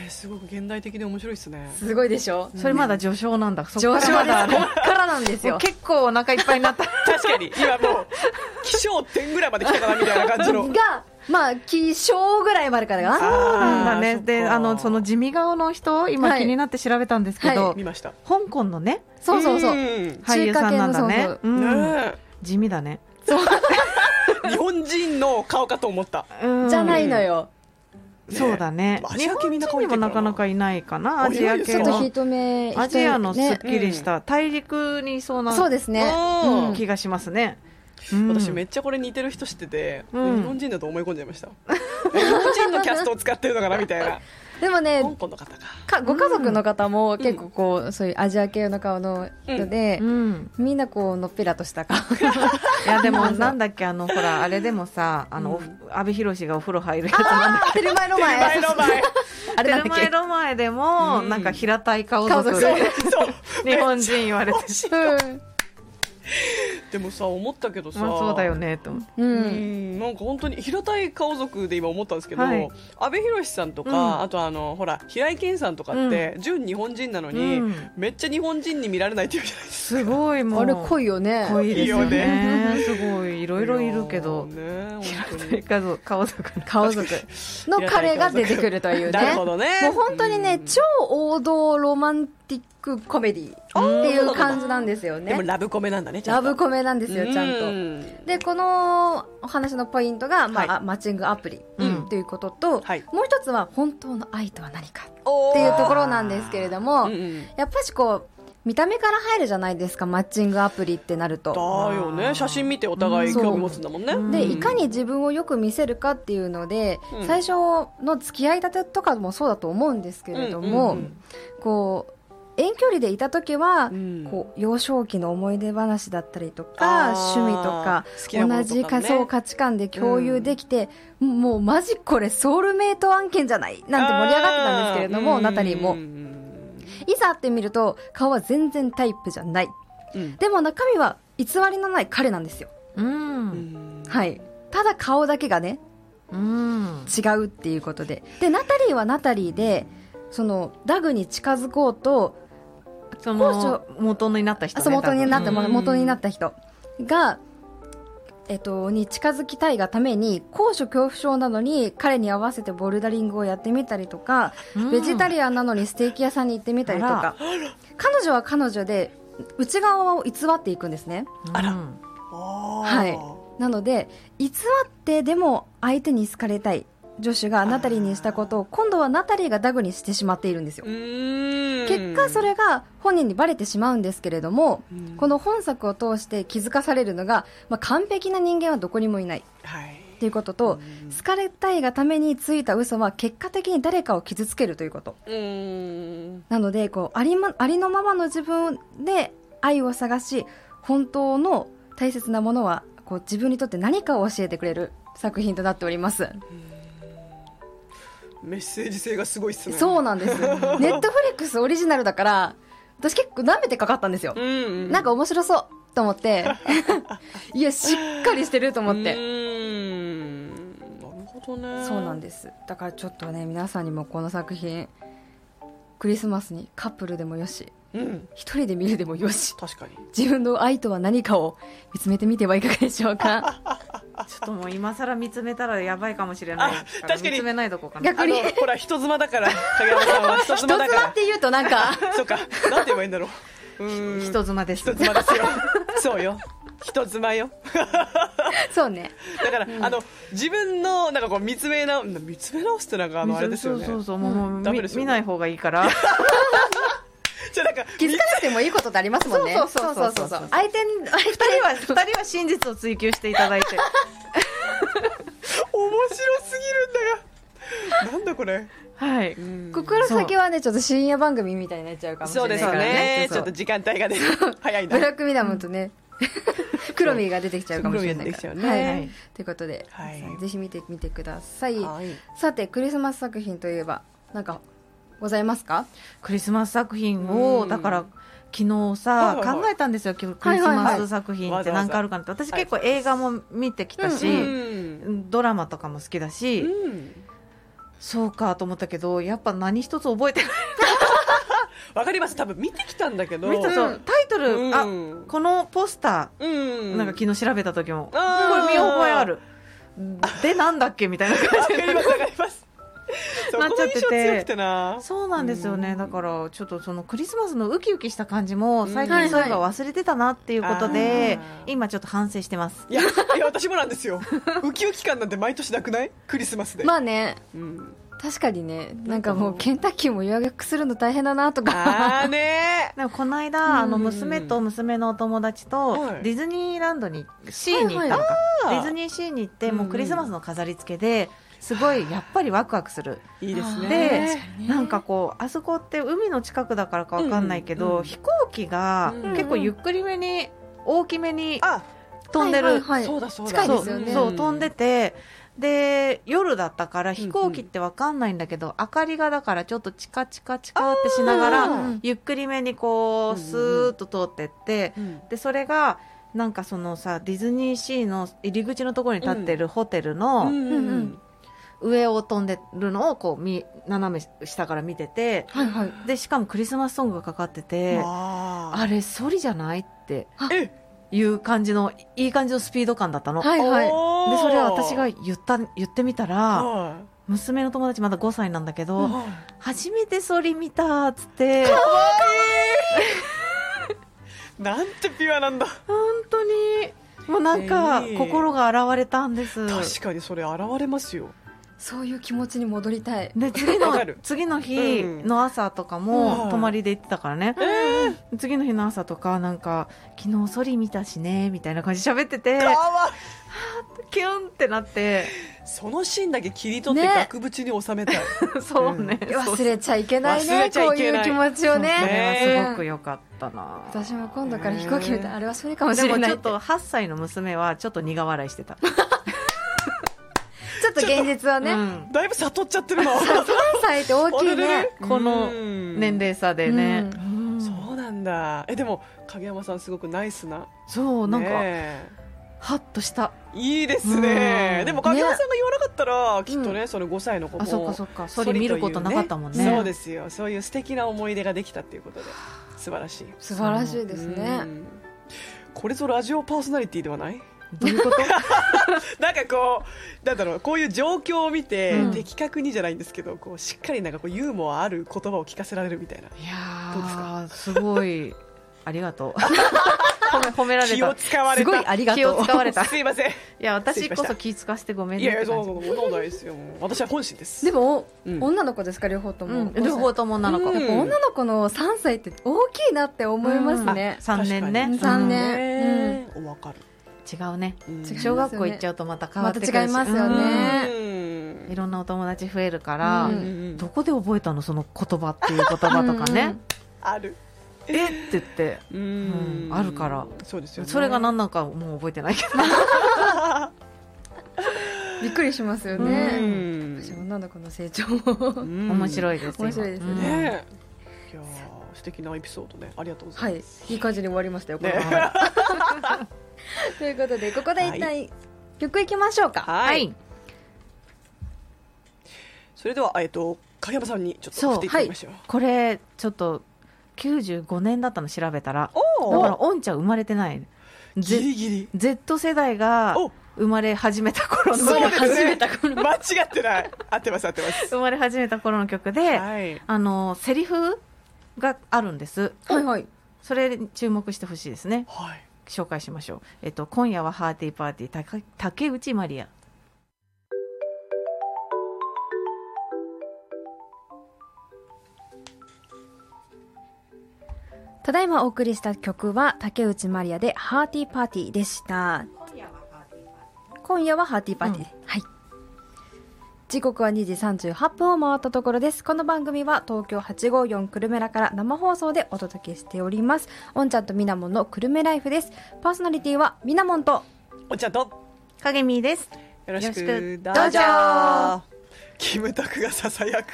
ーすごく現代的で面白いですね
すごいでしょ
それまだ序章なんだそ
上
っから
昇
ま
ですこ
だ
っからなんです
も
よ
う結構お腹いっぱいに なった
確かに今もう起承点ぐらいまで来たかなみたいな感じの
がまあ起床ぐらいまでからかな
そう
なんだねであのその地味顔の人
は
今
い
気になって調べたんですけど、
は
見ました
香港のね
そうそうそう、
ん
俳優さんなんだね
中華
うん
ね
地味だね
え日本人の顔かと思った
うん
じゃないのよ
そうだね
ア
日
ジア系
本
みんな
人
可愛
に
いけど
も
な
なかなかいないか
あ
なアジア
い
ち
系
ょっと
の
一目
アジアのすっ
ね
きりした大陸にいそうな
そうですね
うん
うん
気がしますね、うん
私めっちゃこれ似てる人知ってて日
うん
本人だと思い込んじゃいました日本人のキャストを使ってるのかなみたいな
でも
香
ね
港の方か
かご家族の方も結構こう、そういうアジア系の顔の人で
う、ん
みんなこうのっぺらとした顔
いや でもなんだっけあのほらあれでもさあの、お阿部寛がお風呂入るやつなん だっ
テルマエロマエ
前の前
あれなん
けテル
だっ
マエ
け
ロマエでも、
うん
なんか平たい顔
顔
族
族
そう
日本人言われて
うん
でもさ思ったけどさ、
まあそうだよねと思って
う
うん。
んなんか本当に平たい顔族で今思ったんですけど、
はい
阿部寛さんとか、
うん
あとあのほら平井堅さんとかって、純日本人なのに、
うん
めっちゃ日本人に見られないっていうじゃないですか。
すごいもう
あれ濃いよね。
濃いですよね
いい
すごいいろいろいるけど
いやーね
平
本当
たい
に
家族顔族の
顔族の彼が出てくるというね。
なるほどね。
もう本当にね、
ん
超王道ロマンティックコメディっていう感じなんですよ
でも
ね。
ラブコメなんだね。ちゃ
ラ
んと
ブコメなんですよ、ちゃんと。
う
でこのお話のポイントが、まあ
は
マッチングアプリ
うん
ということと、
はい
もう一つは本当の愛とは何か
おー
っていうところなんですけれども、
うんうん
やっぱしこう見た目から入るじゃないですかマッチングアプリってなると。
だよね。写真見てお互い興味持つんだもんね。
そう
で
うん
いかに自分をよく見せるかっていうので、
うん
最初の付き合いたてとかもそうだと思うんですけれども、
うんうんうん
こう遠距離でいた時は、
うん
こう幼少期の思い出話だったりとか
あー
趣味とか
好きなもの
同
とかね
じ仮想価値観で共有できて、もうマジこれソウルメイト案件じゃないなんて盛り上がってたんですけれど
あ
も
ー
ナタリーも
うんうん
いざ会ってみると顔は全然タイプじゃない
うん
でも中身は偽りのない彼なんですよ
うん
うん
はいただ顔だけがね
うん
違うっていうことででナタリーはナタリーでそのダグに近づこうと
そ
高
の元になった人
あ
ね
そう元になった、
多分
元になった人が、えっと、に近づきたいがために高所恐怖症なのに彼に合わせてボルダリングをやってみたりとか、
うん
ベジタリアンなのにステーキ屋さんに行ってみたりと
あ
か彼女は彼女で内側を偽っていくんですね
あら
うん
あー
はなので偽ってでも相手に好かれたい女子がナタリーにしたことを今度はナタリーがダグにしてしまっているんですよ
うーん
結果それが本人にバレてしまうんですけれども、
うん
この本作を通して気づかされるのが、まあ、完璧な人間はどこにもいない
はい
ということと、好かれたいがためについた嘘は結果的に誰かを傷つけるということ
うーん
なのでこうあり,、ま、ありのままの自分で愛を探し本当の大切なものはこう自分にとって何かを教えてくれる作品となっております、
メッセージ性がすごいっすね
そうなんですネットフリックスオリジナルだから私結構舐めてかかったんですよ、
うんうん
なんか面白そうと思っていやしっかりしてると思っ
う
て
ーんなるほどね
そうなんですだからちょっとね皆さんにもこの作品クリスマスにカップルでもよし
うん
一人で見るでもよし
確かに
自分の愛とは何かを見つめてみてはいかがでしょうか
ちょっともう今更見つめたらやばいかもしれない
あ確かに
見つめないとこかな
逆
あ
に
のほら人妻だから影山さん は人
人
妻
妻
だ
っ
から
て言うとなんか
そうかなんて言えばいいんだろううーん
人妻です
人妻ですよそうよ人妻よ
そうね
だから、あの自分のなんかこう見つめ直見つめ直すってなんかあのあれですよね
そうそうそうもう、
ん
もう
ダメ
見
ですよね
見ない方がいいから
じゃあなんか
気づかなくてもいいことってありますもんね
そうそうそうそうそう
相手に相手
二人は二人は真実を追求していただいて
面白すぎるんだよなんだこれ
はい
ここから先はねちょっと深夜番組みたいになっちゃうかもしれ
そうで
ない
す
か
よ
ら
ね
ね
ちょっと時間帯がね早いな
ブラックミラムとね、クロミーが出てきちゃうかもしれないから。
クロミーが出てきちゃうね
はいはいということで、
はい
皆さんぜひ見てみてください。
はい
さて、クリスマス作品といえば、なんか、ございますか
クリスマス作品
う
を
ん
だから昨日
は
さ
いはいはい
考えたんですよ今日クリスマス作品
はいは
って
いはい
何かあるかなって私
わざわざ
結構映画も見てきたし、
うん
ドラマとかも好きだし、
うん
そうかと思ったけどやっぱ何一つ覚えてない
わかります多分見てきたんだけど
見たそうタイトル、
うん
あこのポスター、
うん
なんか昨日調べた時も、
あー
これ見覚えあるでなんだっけみたいな感
わ
じ
かりますわかります そう
なっちゃってて
この印象強くて な
そうなんですよね、
うん
だからちょっとそのクリスマスのウキウキした感じも
うん
最
は
近
い
そう
はい
いえば忘れてたなっていうことで、
あー
今ちょっと反省してます
いやいや私もなんですよウキウキ感なんて毎年なくないクリスマスで
まあね、
うん
確かにね、なんかもう、ケンタッキーも予約するの大変だなとか。
あーね
でもこの間、
ん
あの娘と娘のお友達と
はい
ディズニーランドにシーに行ったのか、
はいはい
ディズニーシーに行ってもううんクリスマスの飾り付けですごいやっぱりワクワクする
いいですね
でなんかこうあそこって海の近くだからかわかんないけど、
うんうん
飛行機が
うん
結構ゆっくりめに大きめに
あ
飛んでる、
はいはいはい
そうだそうだ
近いで
そ
すよ
う
ね
そう飛んでてで夜だったから
んうん
飛行機ってわかんないんだけど、明かりがだからちょっとチカチカチカってしながら
うん
ゆっくりめにこ
うん
う
うん
スーッと通ってって、
うん
でそれがなんかそのさディズニーシーの入り口のところに立ってるホテル
うん
の
うんうん
上を飛んでるのをこう見斜め下から見てて
はいはい。
でしかもクリスマスソングがかかってて
わ
あれソリじゃないって
ーえ
いう感じのいい感じのスピード感だったの。
はいはい。
おー
でそれを私が言った言ってみたら
は
娘の友達まだ5歳なんだけ
い
ど、
はい
初めてソリ見たっつって
なんてピュアなんだ、
本当にもうなんか
ええ
心が洗われたんです
確かにそれ現れますよ
そういう気持ちに戻り たい。
で次
わ
の
かる
次の日の朝とか
うん
も泊まりで行ってたからね、
えー、
次の日の朝とかなんか昨日ソリ見たしねみたいな感じで喋ってて
かわ
キュンってなって
いそのシーンだけ切り取って
ね
額縁に収めたい、
そうね、そう
忘れちゃいけない
忘
ね
れ、ち
こ
ゃ
う
いけ
い
な
う
い
気持ちを
そ
ね。
れはすごく良かったな
私も今度から飛行機みたい
ね
な、あれはそれかもし
で
れ
も
ない
ち
っ
ょ
て。
っ
ちょ
と8歳の娘はちょっと苦笑いしてた、
っと現実を
う
ね、
ん
だいぶ悟っちゃってるな
3歳って大き いね。
この年齢差でね、
う
うん
そうなんだえでも影山さんすごくナイスな
そうなんか、
ね
ハッとした
いいですね
うん
でも影山さんが言わなかったら、きっとね、
う
その5歳の子も
あそっかそっか
ソ
そ
リとい
れ見
うね
ることなかったもんね
そうですよそういう素敵な思い出ができたっていうことで素晴らしい
素晴らしいですね
う。んこれぞラジオパーソナリティではない
どういうこと
なんかこうなんだろうこういう状況を見て、
うん
的確にじゃないんですけどこうしっかりなんかこうユーモアある言葉を聞かせられるみたいない
や
どうです
ーすごいありがとう 褒め褒められた
気を使われた
すごいありがとう気を使わ れたい
すいません
や
失礼
私
しま
こ
した
そ気使わせてごめん
い
ねっ
やい
て
やそ
感
う
じ
そうそうそうですよ私は本心です
でも、
うん
女の子ですか、両方と
う
も
ん。両方とも女の子
うん
やっぱ女の子の3歳って大きいなって思いますね。
確
か
3年ね
に
うん
三年
ねおわかる、
違うね
うん
違いますよ
小
ね
学校行っちゃうとまた変
ま
わっ
た
てくる
違
し
いますよね。
うんいろんなお友達増えるから、
うん
う
どこで覚えたのその言葉っていう言葉とかね
ある
えって言って
うん
うんあるから
そうですよ、ね、
それが何なんかもう覚えてないけど
びっくりしますよ
う
ね。
ん
私女の子の成長も。
面
い
白いです
面白いですよ
今うん
ねえいやー素敵なエピソードねありがとうござ
はいい
ます、、
いい感じに終わりましたよ、この
ね
話 ということで、ここで一
は
旦曲いきましょうか。
は
はいい
それではえっと影山さんにちょっと
そう
振っていただきましょう
これちょっと95年だったの調べたら
お
だ
ー
からおんちゃん生まれてない
ギ
Z,
リギリ
Z 世代が
お
生まれ始めた頃の
そうですね
始めたこの
間違ってない合ってます合って ます
生まれ始めた頃の曲で、
はい
あのセリフがあるんです
はいはい。
それに注目してほしいですね
はい
紹介しましょう、えっと、今夜はハーティーパーティーたか竹内まりや
ただいまお送りした曲は竹内まりやでハーティーパーティーでした。今夜はハーティーパーティー。はい。時刻は2時38分を回ったところです。この番組は東京854クルメラから生放送でお届けしております。おんちゃんとみなもんのクルメライフです。パーソナリティはみなもんと
おんちゃんと
影見です
よろしく
よろしく
ど
うぞ
キムタクがささやく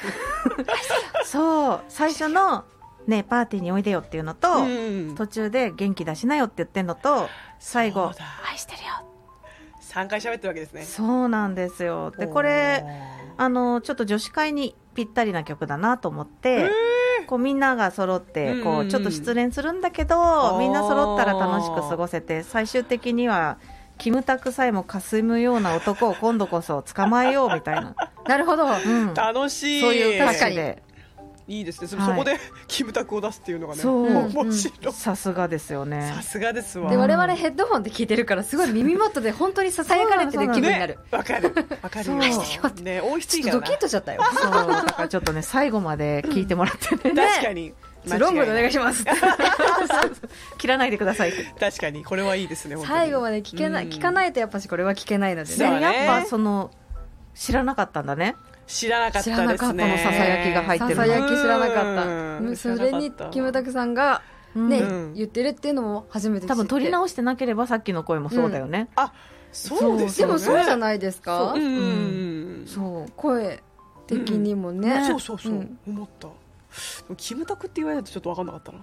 そう最初の、ね「パーティーにおいでよ」っていうのと、
うん
途中で「元気出しなよ」って言ってんのと最後
そうだ
「愛してるよ」
三回喋ってるわけですね
そうなんですよでこれあのちょっと女子会にぴったりな曲だなと思って、こうみんなが揃
う
っ
んうん
て
うん
こうちょっと失恋するんだけ
ー
どみんな揃ったら楽しく過ごせて最終的にはキムタクさえもかすむような男を今度こそ捕まえようみたいな、
なるほど。
うん、そ
楽しい。
ういう歌詞
確か
で
いいですね。そ
はい
そこで キムタクを出すっていうのがね、
そう
面白い。
さすがですよね
さすがですわ。
で我々ヘッドホンで聞いてるからすごい耳元で本当にささやかれてる気分になる
ね。、わかる。 わかる
そう
よ。
愛して
るよっ
ね、多い人い
ち
るか
ょっとド
ら
キッとしちゃ ったよ。
そうだからちょっとね最後まで聞いてもらって ね
な。確かに。間違いない
ロングでお願いします。
切らないでくださいって
確かにこれはいいですね。本当に
最後まで聞けない、
うん
聞かないとやっぱしこれは聞けないので
そう
ね。
だね
やっぱその知らなかったんだね
知らなかっ
知ら
た
な
で
か
す
っ
ね。
たこの
ささやきが入って
さ
る
さやき知らなかった。
うん
うんそれにキムタクさんがね、
うん
言ってるっていうのも初めて知って。
多分取り直してなければさっきの声もそうだよね、
そうです
で
よね。
もそうじゃ
い。
ないですか
う。ん
う
そう声的にもね。
そうそうそう、
ん
思った。でもキムタクって言われるとちょっとわかんなかったな。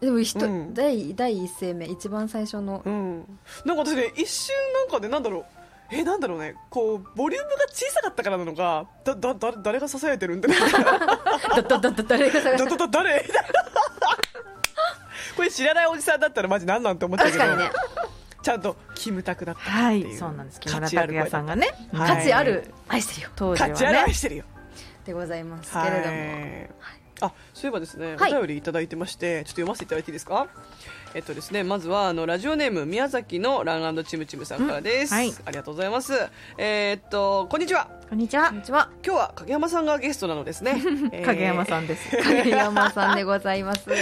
でも一、
うん
第第一声目一番最初の
うん、なんか私ね一瞬なんかねなんだろうえなんだろうねこうボリュームが小さかったからなのかだだだ誰が支えてるんだ
だだだだ誰が探
だ
し
だだ誰 これ知らないおじさんだったらマジなんなんて思っちゃうけ
確
ど
かにね
ちゃんとキムタクだった
は
っていう、
い、そうなんです。木
価
村
値ある声だ
拓哉
った
さんがね、
はい
価値ある愛してるよ
当時は
価値ある
ね
愛、してるよ
でございますけれども、
はいあそういえばですね、
はい
お便りいただいてましてちょっと読ませていただいていいですかえっとですねまずはあのラジオネーム宮崎のランチムチムさんからです、
うんはい
ありがとうございますえーっとこんにちは
こんにちは
こん、にちは
今日は影山さんがゲストなのですね
影山
ん、
さんです。
影山さんでござ います
え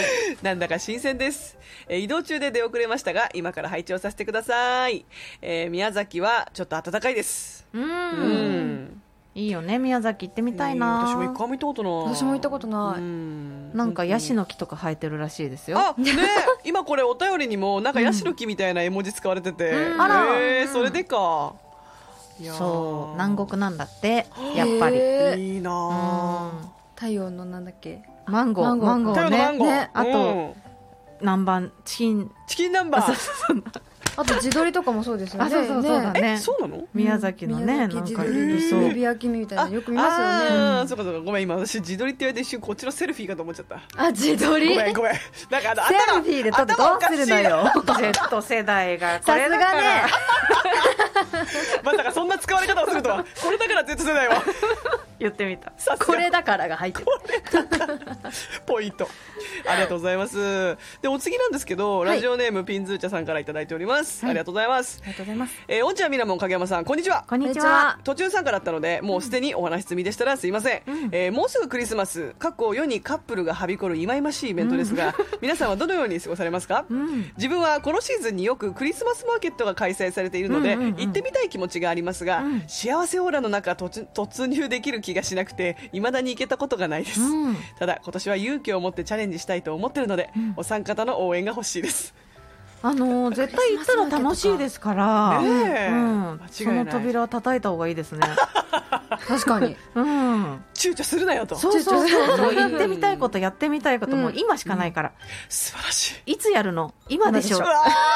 ーなんだか新鮮です、えー移動中で出遅れましたが今から拝聴させてください、えー宮崎はちょっと暖かいです
う、
うん
いいよね、宮崎行ってみたいな。
うん私も一回も行ったことない
私も行ったことな
う
い
ん
なんかヤシの木とか生えてるらしいですよ。
あね 今これお便りにもなんかヤシの木みたいな絵文字使われてて、
うん
あら
えーそれでかいやー
そう、南国なんだって、やっぱり。
へー
いいな
うん
あ、
太陽のなんだっけ
マンゴー、
マ
マ
ン
ン
ゴ
ゴ
ー
太陽の
ー
マン
ね。
ゴー、
ね
あと
うん
南蛮、チキン。
チキン南蛮
あそう
あと自撮りとかもそうですよね
あ、そうそうそうだ
ね
え
ね。
そうなの
宮崎の
宮
ね、なん
崎
か
自
へ
撮
ー
り
い
そ
そうう
ル。ビ焼きみたいなのよく見ますよね
あーそうかそうかごめん今私自撮りって言われて一瞬こっちのセルフィーかと思っちゃった
あ自撮
ご
り
めんごめんなんかあの
セ
頭
ルフィーで撮ってどうするのよ
ジ ェット世代がこ
さ
れ
す
だか
がね
ら
まさかそんな使われ方をするとはこれだから Z 世代は
言ってみた
さすが
これだからが入ってる
ポイントありがとうございますでお次なんですけど、
はい
ラジオネームピンズーチャさんからいただいております、ありがとうございます
ありがとうございます
えー、おんちゃんみなもん影山さんこんにちは
こんにち
は
は
途中参加だったのでもうすでにお話し済みでしたらすいません、えーもうすぐクリスマス過去世にカップルがはびこる忌々しいイベントですが、 皆さんはどのように過ごされますか、
うん
自分はこのシーズンによくクリスマスマーケットが開催されているので、
うんうんうん
行ってみたい気持ちがありますが、
うん
幸せオーラの中突突入できる気がしなくて未だに行けたことがないです、
うん
ただ今年は勇気を持ってチャレンジしたいと思ってるので、
うん
お三方の応援が欲しいです
あのー絶対行ったら楽しいですから
ねえ
うん
間違いない
その扉を叩いた方がいいですね
確かに
うん
躊躇するなよと
そうそう
ちょ
そう
ちょ
そう行ってみたいことやってみたいこ
う
と
ん
もう今しかないから
素晴らしい
いつやるの今でしょ
うわ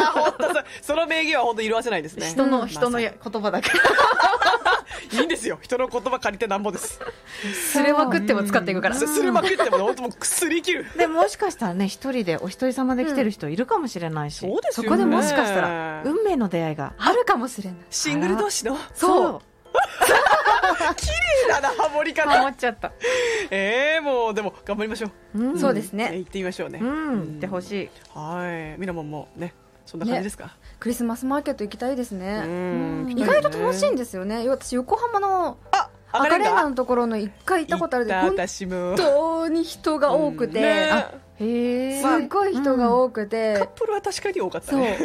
ー本当そその名言は本当色あせないですね
人
う
の
ん
人の
ま
や言葉だけ
さにいいんですよ人の言葉借りてなんぼです
すれまくっても使っていくから
すすりまくっても本当もうくすり切る
でもしかしたらね一人でお一人様で来てる人いるかもしれないし
そうですよね
こでもしかしたら運命の出会いが
あるかもしれない
シングル同士の
そう
綺麗だなハモり
思
方
っちゃった
えー、もうでも頑張りましょう、
うん
そうですね
ね行ってみましょうね、
うん行ってほしい
はいみなもんもねそんな感じですか、
クリスマスマーケット行きたいですね
うん
意外と楽しいんですよね私横浜の
あ
赤レンガ
行
のところの一回行ったことある
っ
で
た
本
私も
当に人が多く
うんね
てあ
へえ
すっごい人が多
カッ
くて
プルは確かに多かった
そう
ね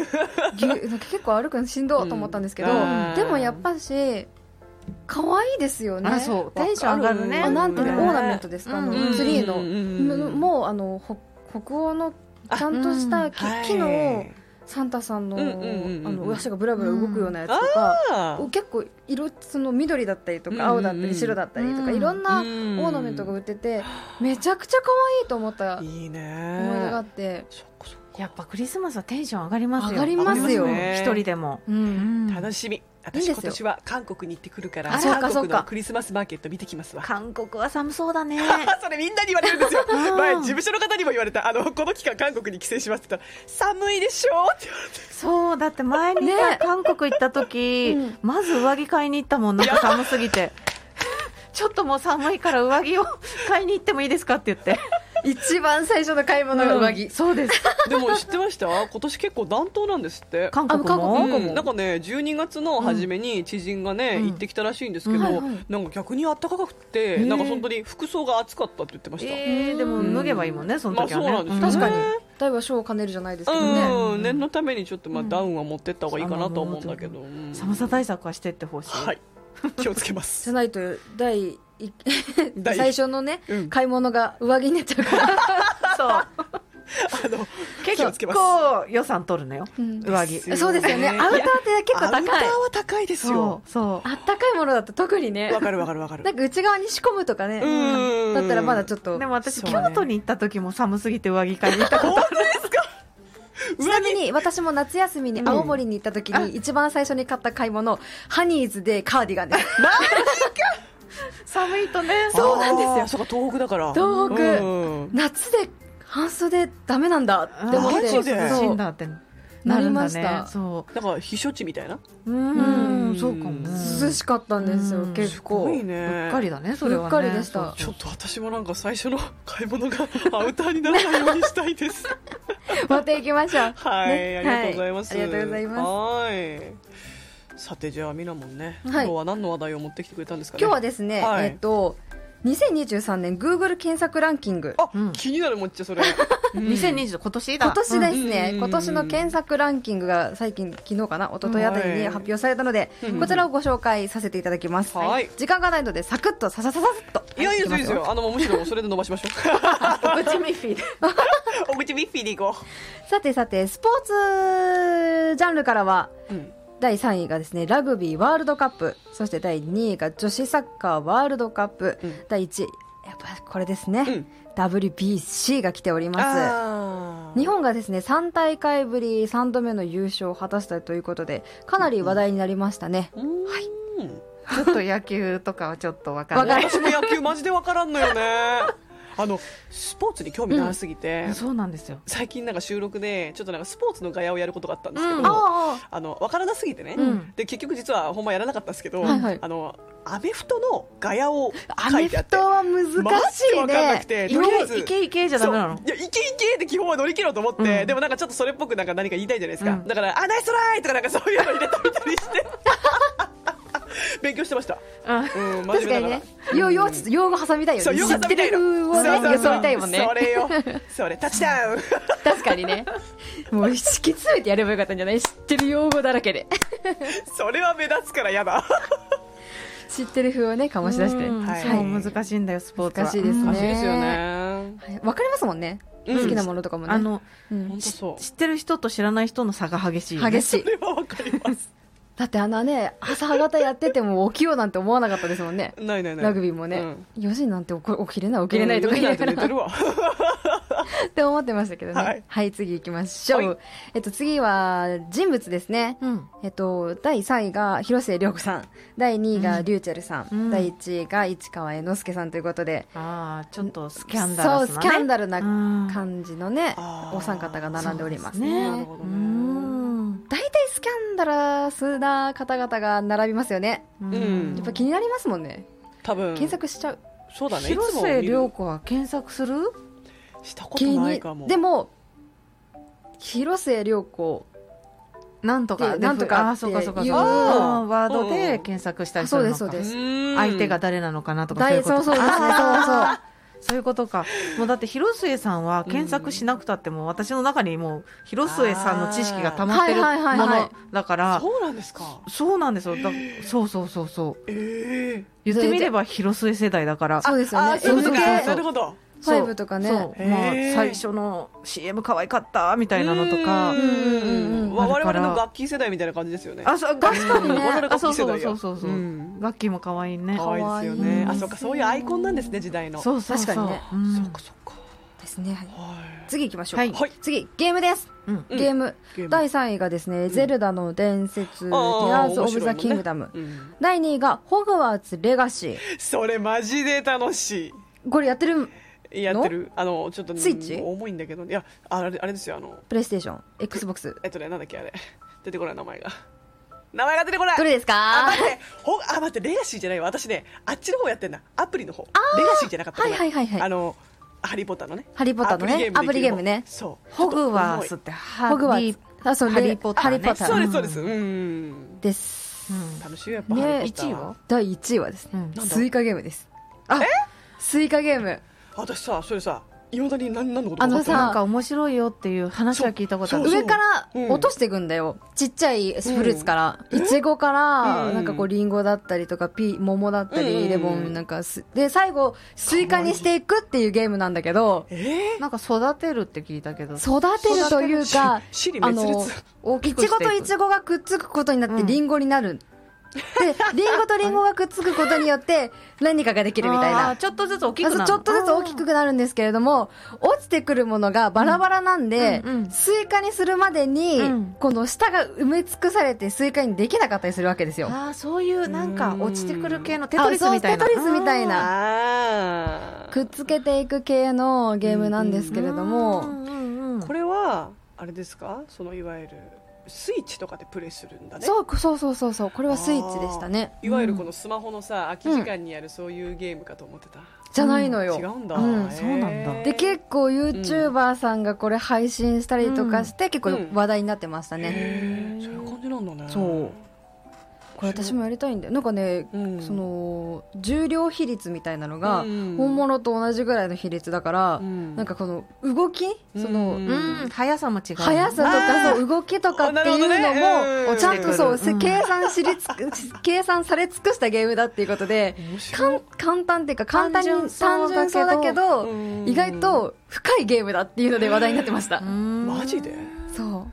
ぎゅ なんか結構歩くのしんどいと思ったんですけど
うん
でもやっぱし可愛いですよね
あそうテンション上がるね
あなんていう
ね
のオーナメントですかあの
うん
ツリーのむ
の
もうあのほ北欧のちゃんとしたき木のサンタさんのあ
うんうんうんうん
の足がブラブラ動くようなやつとか
あ
結構色その緑だったりと
うんう
か
ん
青だったり白だったりとか
うん
いろんなオ
うん
ーナメントが売っててめちゃくちゃ可愛いと思った
ー
思い
いいね
出があって
そっかそっか
やっぱクリスマスはテンション上がりますよ
上がりますよ
上がりますね一人でも、
うん
楽しみ
いい
私
ですよ
今年は韓国に行ってくるから
あそうか
韓
そう
国
か
のクリスマスマーケット見てきますわ
韓国は寒そうだね
あそれみんなに言われるんですよ
ー
前事務所の方にも言われたあのこの期間韓国に帰省しますって言ったら寒いでしょって言われて
そうだって前に
ね
さ韓国行った時、
うん
まず上着買いに行ったもんなんか寒すぎて ちょっともう寒いから上着を買いに行ってもいいですかって言って
一番最初の買い物が上着、
うんそうです
でも知ってました今年結構暖冬なんですって
韓国
あ韓
も
国
うんなんかね12月の初めに知人がね、
うん
行ってきたらしいんですけど、
うんはいはい
なんか逆に暖かくて、
ー
なんか本当に服装が暑かったって言ってました、
えー、でも脱げばいいもんねそ
ま
の
あ
時
そ
は
う
ね、
なんですよ、
確かに
ね
だいぶ賞を兼ねるじゃないですけどね、
う、
うんん
念のためにちょっとまあ
うん
ダウンは持ってった方がいいかなとは思うんだけど、うん
寒さ対策はしてってほしい、
はい気をつけま
じゃ
す、
ないと第一
第一
最初のね
うん、
買い物が上着になっちゃうから、
そう
あの気をつけ
結
ます
構予算取るのよ
うん
上着
そうですよねアウターって結構高
アウ
い
ターは高いですよ
そうそ
あったかいものだと特にね
わかるわかるわかる
なんか内側に仕込むとかね
うん
だったらまだちょっ
う
と
でも私、
そうね
京都に行った時も寒すぎて上着買いに行ったことある
ちなみに私も夏休みに青森に行った時に一番最初に買った買い物、ハニーズでカーディガンです。
寒いとね
そうなんですよ
あーそうか東北だから
東北
うん
夏で半袖ダメなんだって思っ
マ
て。
ジで
そ
死
うん
だって
な
な
り
るん
ま
だ
した
ねそ
だから避暑地みたいな
うう
うん
んそうかも
涼しかったんですよ、
うん
結
す
構
ご。いね
うっかりだねそれはね
うっかりでした
ちょっと私もなんか最初の 買い物がアウターにならないようにしたい です。
持っていきましょう。
はい、
ね
ありがとうございます。
はいありがとうございます
はい。さてじゃあみなもんね、
は
今
い
日は何の話題を持ってきてくれたんですかね。
今日はですね、
はい
えっと、2023年 Google 検索ランキング。
あ、
うん
気になるもっちゃそ れ。うん
2020今年だ
今年ですね、
うん
今年の検索ランキングが最近、昨日かな、一昨日あたりに
はい
発表されたので、
うん
こちらをご紹介させていただきます。
はい
時間がないので、サクッと、ささささっと。
いやいやそうです よ。あのむしろそれで伸ばしましょう。
口ミッフィー
お口ミッフィーでいこ
さてさて、スポーツジャンルからは、
う。うん
第3位がですね、ラグビーワールドカップ、そして第2位が女子サッカーワールドカップ、
うん
第1位、やっぱこれですね、
うん。
WBC が来ております。
あー
日本がですね3大会ぶり3度目の優勝を果たしたということでかなり話題になりましたね、
うん
ちょっと野球とかはちょっとわかん
わ
ない
か
私も野球マジでわからんの よね。あのスポーツに興味なさすぎて。
そうなんですよ
最近なんか収録でちょっとなんかスポーツのガヤをやることがあったんですけど、
うん
あ
あの分からなすぎてね、
うん
で結局実はほんまやらなかったんですけど、
はいはい
あのアメフトのガヤを
あア
書
メ
いてあっ
フ
て
トは
マ
難し
ジで
い
わかんな
ね
くて
い
とりあえず
けいけいけじゃダメなの
そういやいけいけって基本は乗り切ろうと思って、
うん
でもなんかちょっとそれっぽくなんか何か言いたいじゃないですか、
うん
だから「あナイストライ!」とかなんかそういうの入れたみたりして 勉強してました、
うん
うん、真
確
面
か
目
に
なが
ね
ら。
よよちょっと用語挟みたいよ
そう、
ね
よ
知
か
っ
った
て
みたいな。
るをね
そうそうそう
装いたいもんね
そ れよ。それ、タッチダウン。
確かにねもう敷き詰めてやればよかったんじゃない知ってる用語だらけで
それは目立つからやだ。
知ってる風をね醸し出して
うん
はい
そう難しいんだよスポーツは
難しいですね
らしいですよね。
はいわかりますもんね
うん
好きなものとかもね
あの
うん
本当そう。
知ってる人と知らない人の差が激しいよね
激しい
それはわかります。
だってあのね朝はがたやってても起きようなんて思わなかったですもんね
ないないない。
ラグビーも
う
ね
ん
4時になんて起こ起きれない起きれないと
う
か言
ん
いな
起き
が
れないと寝て
ら
るわ。
って思ってましたけどね。は
はいい、
次行きましょう。
はい
えっと、次は人物ですね。
うん
えっと、第3位が広末涼子さん、第2位がリューチェルさん、
うん
第1位が市川猿之助さんということで、
ああちょっとスキャンダル
そう、スキャンダルな
感
感じのね、
あー
お三方が並んでおります
そうです
ね。
なる
ね
大
ほど
う
ね。
ん
体スキャンダラスな方々が並びますよね。
ん
やっぱ気になりますもんね。
多分、
検索しちゃう。
そうだね。いつも
広末涼子は検索する
したこと
気に
ないかも。
でも、広末涼子、
なんと
で
か
なんとか
ああそうかそうかそう
いう
かあーワード
うんう
で
ん
検索した
あ
りす
そう
る
で
の
す、そう
か
です。
相手が誰なのかなとかそう
大
いうこと
そうそうですね、そうそう。
そういうことか。もうだって広末さんは検索しなくたっても、私の中にもう広末さんの知識が溜まってる
あーはいはい
も
はいはい
のだから、
そうなんですか。
そうなんですよ。だそうそうそうそう。
ええ。
言ってみれば広末世代だから。
そうですよね。
あ、そういうこと
余
か。
計
なるほど。
そう
ファイブとかね
そう
へー
まあ、最初の CM 可愛かったみたいなのとか
うん。うんうんうんわ
あ
我
るから
々の楽器世代みたいな感じですよね。
あ、そう、確かに
うん
ね。
我々
あ、
楽
そう
器世
そう
代や
そうそうそう。
うん
楽器も可愛いね。
可愛いですよ
可愛いです
ね。
ね
あ、そうか、そういうアイコンなんですね、時代の。
そうそうそう。
確かにね
うん
そっか、そっか。
ですね。はい
はい。
次行きましょう。
はい
はい
次、ゲームです。
うん
うん
ゲーム。
ゲーム
第3位がですね、ゼルダの伝説、テ
あー
ィアーズ・オ
面
ブ・
白
ザ・
いもんね
キングダム。
うん
第2位が、ホグワーツ・レガシ
それマジで楽しい。
ー。これやってる
やってるあのちょっとね
スイッチ
重いんだけどいやあれあれですよあの
プレイステーション、XBOX。
えっとねなんだっけあれ 出てこない名前が名前が出てこない
どれです
あ
か
待ってほあ待ってレガシーじゃないわ私ねあっちの方やってんだアプリの方レガシーじゃなかったかな
はいはいはいはい
あのハリー・ポッターのね
ハリーポッターのね
アプリゲームできる
アプリゲームね
方そう
ホグワーツって、ホ
ホグワーツ。あ、そう、
ハ
レ
リーポッターね
ハリーポッタ
そう
ー
ですそうですうん
です。
楽しいよやっぱ
ね
ハリー・ポッター
一位は
第1位はです
う
ね
ん、
なんだ
スイカゲームです。あスイカゲーム。
私さそれさいまだに何何のこと
あの
分かんない
さ
なんか面白いよっていう話は聞いたこと
そ
あ
う
る。
そう
上から
うん
落としていくんだよ、ちっちゃいフルーツから、いちごから、
うん
なんかこうリンゴだったりとかピー桃だったり、
うん
レモンなんかすで最後スイカにしていくっていうゲームなんだけど
え
なんか育てるって聞いたけど。
育てるというか
ー、シリ
あ
滅
の
裂
大き
い
く
ち
してい
ご
く
といちごがくっつくことになって
うん
リンゴになる でリンゴとリンゴがくっつくことによって何かができるみたい
あー
な
ちょっとずつ大き
ま
くな
ず
る
ちょっとずつ大きくなるんですけれども落ちてくるものがバラバラなんで、
うんうんうん
スイカにするまでに、
うん
この下が埋め尽くされてスイカにできなかったりするわけですよ。
ああそういうなんか落ちてくる系のテ
あ
トリスみたい
そ
な
うテトリスみたいな
あー
くっつけていく系のゲームなんですけれども、
うんうんうん
これはあれですかそのいわゆるスイッチとかでプレイするんだね
そうそうそうそうそうこれはスイッチでしたね
いわゆるこのスマホのさ空き時間にやるそういうゲームかと思ってた、
じゃないのよ、
違うんだ、
うん
へー
そうなんだ
で結構 YouTuber さんがこれ配信したりとかして、結構話題になってましたね、
へーそういう感じなんだね
そう
これ私もやりたいんだよなんかね、
うん
その重量比率みたいなのが
うん
本物と同じぐらいの比率だから、
うん
なんかこの動きその、
うん
うん速さも違う
速さとか
あー
そう動きとかってい
なるほど
う
ね
の
う
も
ん
ちゃんとそう、
うん
計算しりつく 計算され尽くしたゲームだっていうことで
面白い
簡簡単っていうか簡単に
単純そうだけ
単純
ど
そうだけど
うん
意外と深いゲームだっていうので話題になってました、
うん
マジで
そう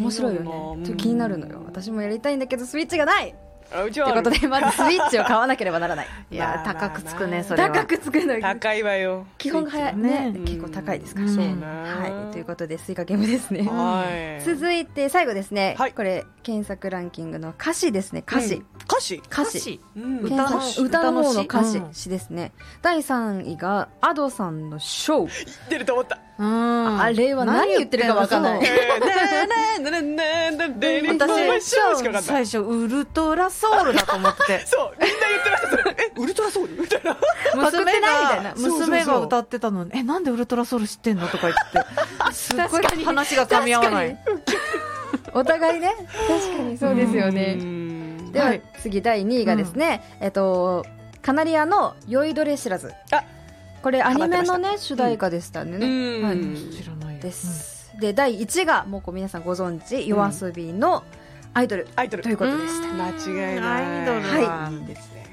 面白いよねちょっと気になるのよ私もやりたいんだけどスイッチがない
あうち
っ
は
て
あ
こ
る
とでまずスイッチを買わなければならない
い
ま
や
あまあ
高くつくねそれは
高く作るの
高いわよ
基本が早いね
ね
結構高いですから
うん
ね、
そうね
はい、ということでスイカゲームですね、
はい
続いて最後ですね、
はい
これ検索ランキングの歌詞ですね歌詞、
うん歌詞
歌
歌
詞
詞
うん
歌
検
の
索歌の方の歌詞、
うん
詞ですね第3位が Ado さんの「ショー
出ると思った
うん
あれは何言ってるかわかんない
何言って
私しかわかん
んの私
ない
最初ウルトラソウルだと思って て
そうみんな言ってましたそれえウルトラソウルみたいな
娘が
そうそうそう
娘が歌ってたのにえなんでウルトラソウル知ってんのとか言 ってすっごい話が噛み合わない
お互いね確かにそうですよね、
うん
では、
はい
次第2位がですね、えっとカナリアの「酔いどれ知らず
あ」
これアニメの
か
ね主題歌でしたね、
うん
はい、
知らないよ
です、で第1位がもうこう皆さんご存知夜遊びのアイドル、
アイドル
ということでし
う
た
ん
間違いない
アイドル
は
はいい
いいですね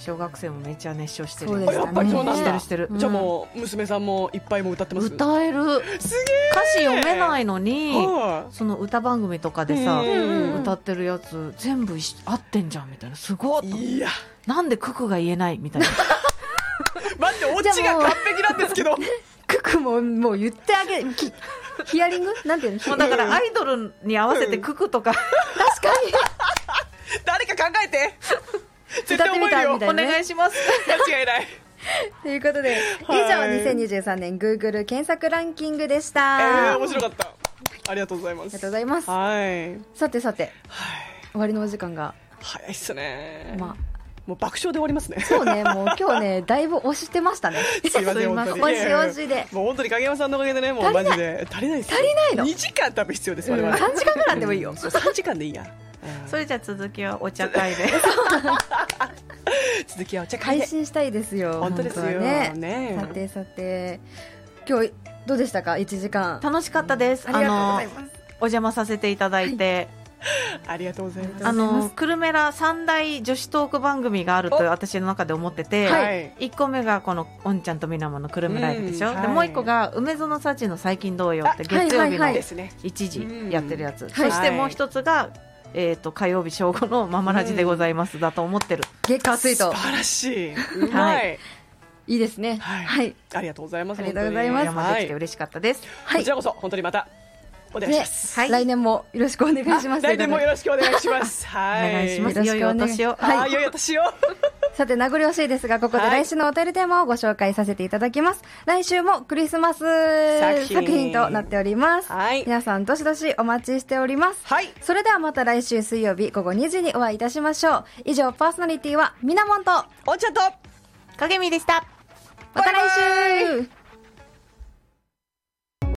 小学生もめっちゃ熱唱してる
そうで
あ
す
やっぱりそうなん
し
だ
てるしてる
じゃあもう娘さんもいっぱいも歌ってます
歌える歌
すげえ
詞読めないのに
は
その歌番組とかでさ
うん
歌ってるやつ全部一緒合ってんじゃんみたいなすご
い
い
いや
なんでククが言えな いみたいな
待ってオチが完璧なんですけ ど
ククももう言ってあげ きヒアリングなんていうの
もうだからアイドルに合わせてククとか
確かに
誰か考え て絶
歌
対
っ
覚
てみ
える
た
よ
みた
お
いな、ね、
願いします
間違いない
ということで以上
はい
2023年 Google 検索ランキングでした、
えー
あり
面白かったありがとうございま
がとう
す
ございます
はい
さてさて
はい
終わりのお時間が
早いっすね、
まあ
もう爆笑で終わります ね
そうね、もう今日ね、だいぶ押してましたね。
すいません本当に
押し押しで。
もう本当に影山さんのおかげでねもうマジで足りない足
足りないの
2時間多分必要です
う
我
ん、
々、
3時間ぐらいでもいいよ。
そう3時間でいいや、
それじゃあ続きはお茶会 で
続きはお茶会
配
で
信したいですよ。
本当ですよ
は
ね
ね。さてさて、今日どうでしたか ?1 時間。
楽しかったです
ありがとうござい
あの
ます。
お邪魔させていただいて、
ありがとうございます
あ
ありがとうございま
の
す
クルメラ三大女子トーク番組があると
お
私の中で思ってて、
は
はい1個目がこの「おんちゃんとみなも」のクルメライブでしょ、
うんはい
でもう1個が「梅園幸の最近どうよ」っ
あ
て月曜
はい
日の
はいは
で
い
すね
1時やってるやつ、
い
そしてもう1つが、えー、と火曜日正午の「ママラジでございます」だと思ってる、
月火水
素
と。
晴らしいうまい、、
はい
いいですね。
はい
はい。
ありがとうございます
ありがとうございま
お
す
本当に
邪魔できて
はい
嬉しかったです、
はい
こちらこそ本当にまたお願いし
ね
ます、
はい
来年もよろしくお願いします。
来年もよ
ろし
ろしくお願いしますはい
お願いしま
よ
す
ろ
い
しくお
よいよ
願
お
い
年を
はい、いよいよ年を
さて、名残惜しいですが、ここで
はい
来週のお便りテーマをご紹介させていただきます。来週もクリスマス
作
作
品
品となっております。
はい
皆さん、どしどしお待ちしております。
はい
それではまた来週水曜日午後2時にお会いいたしましょう。以上、パーソナリティはみなもんと
おんちゃんと
影見でした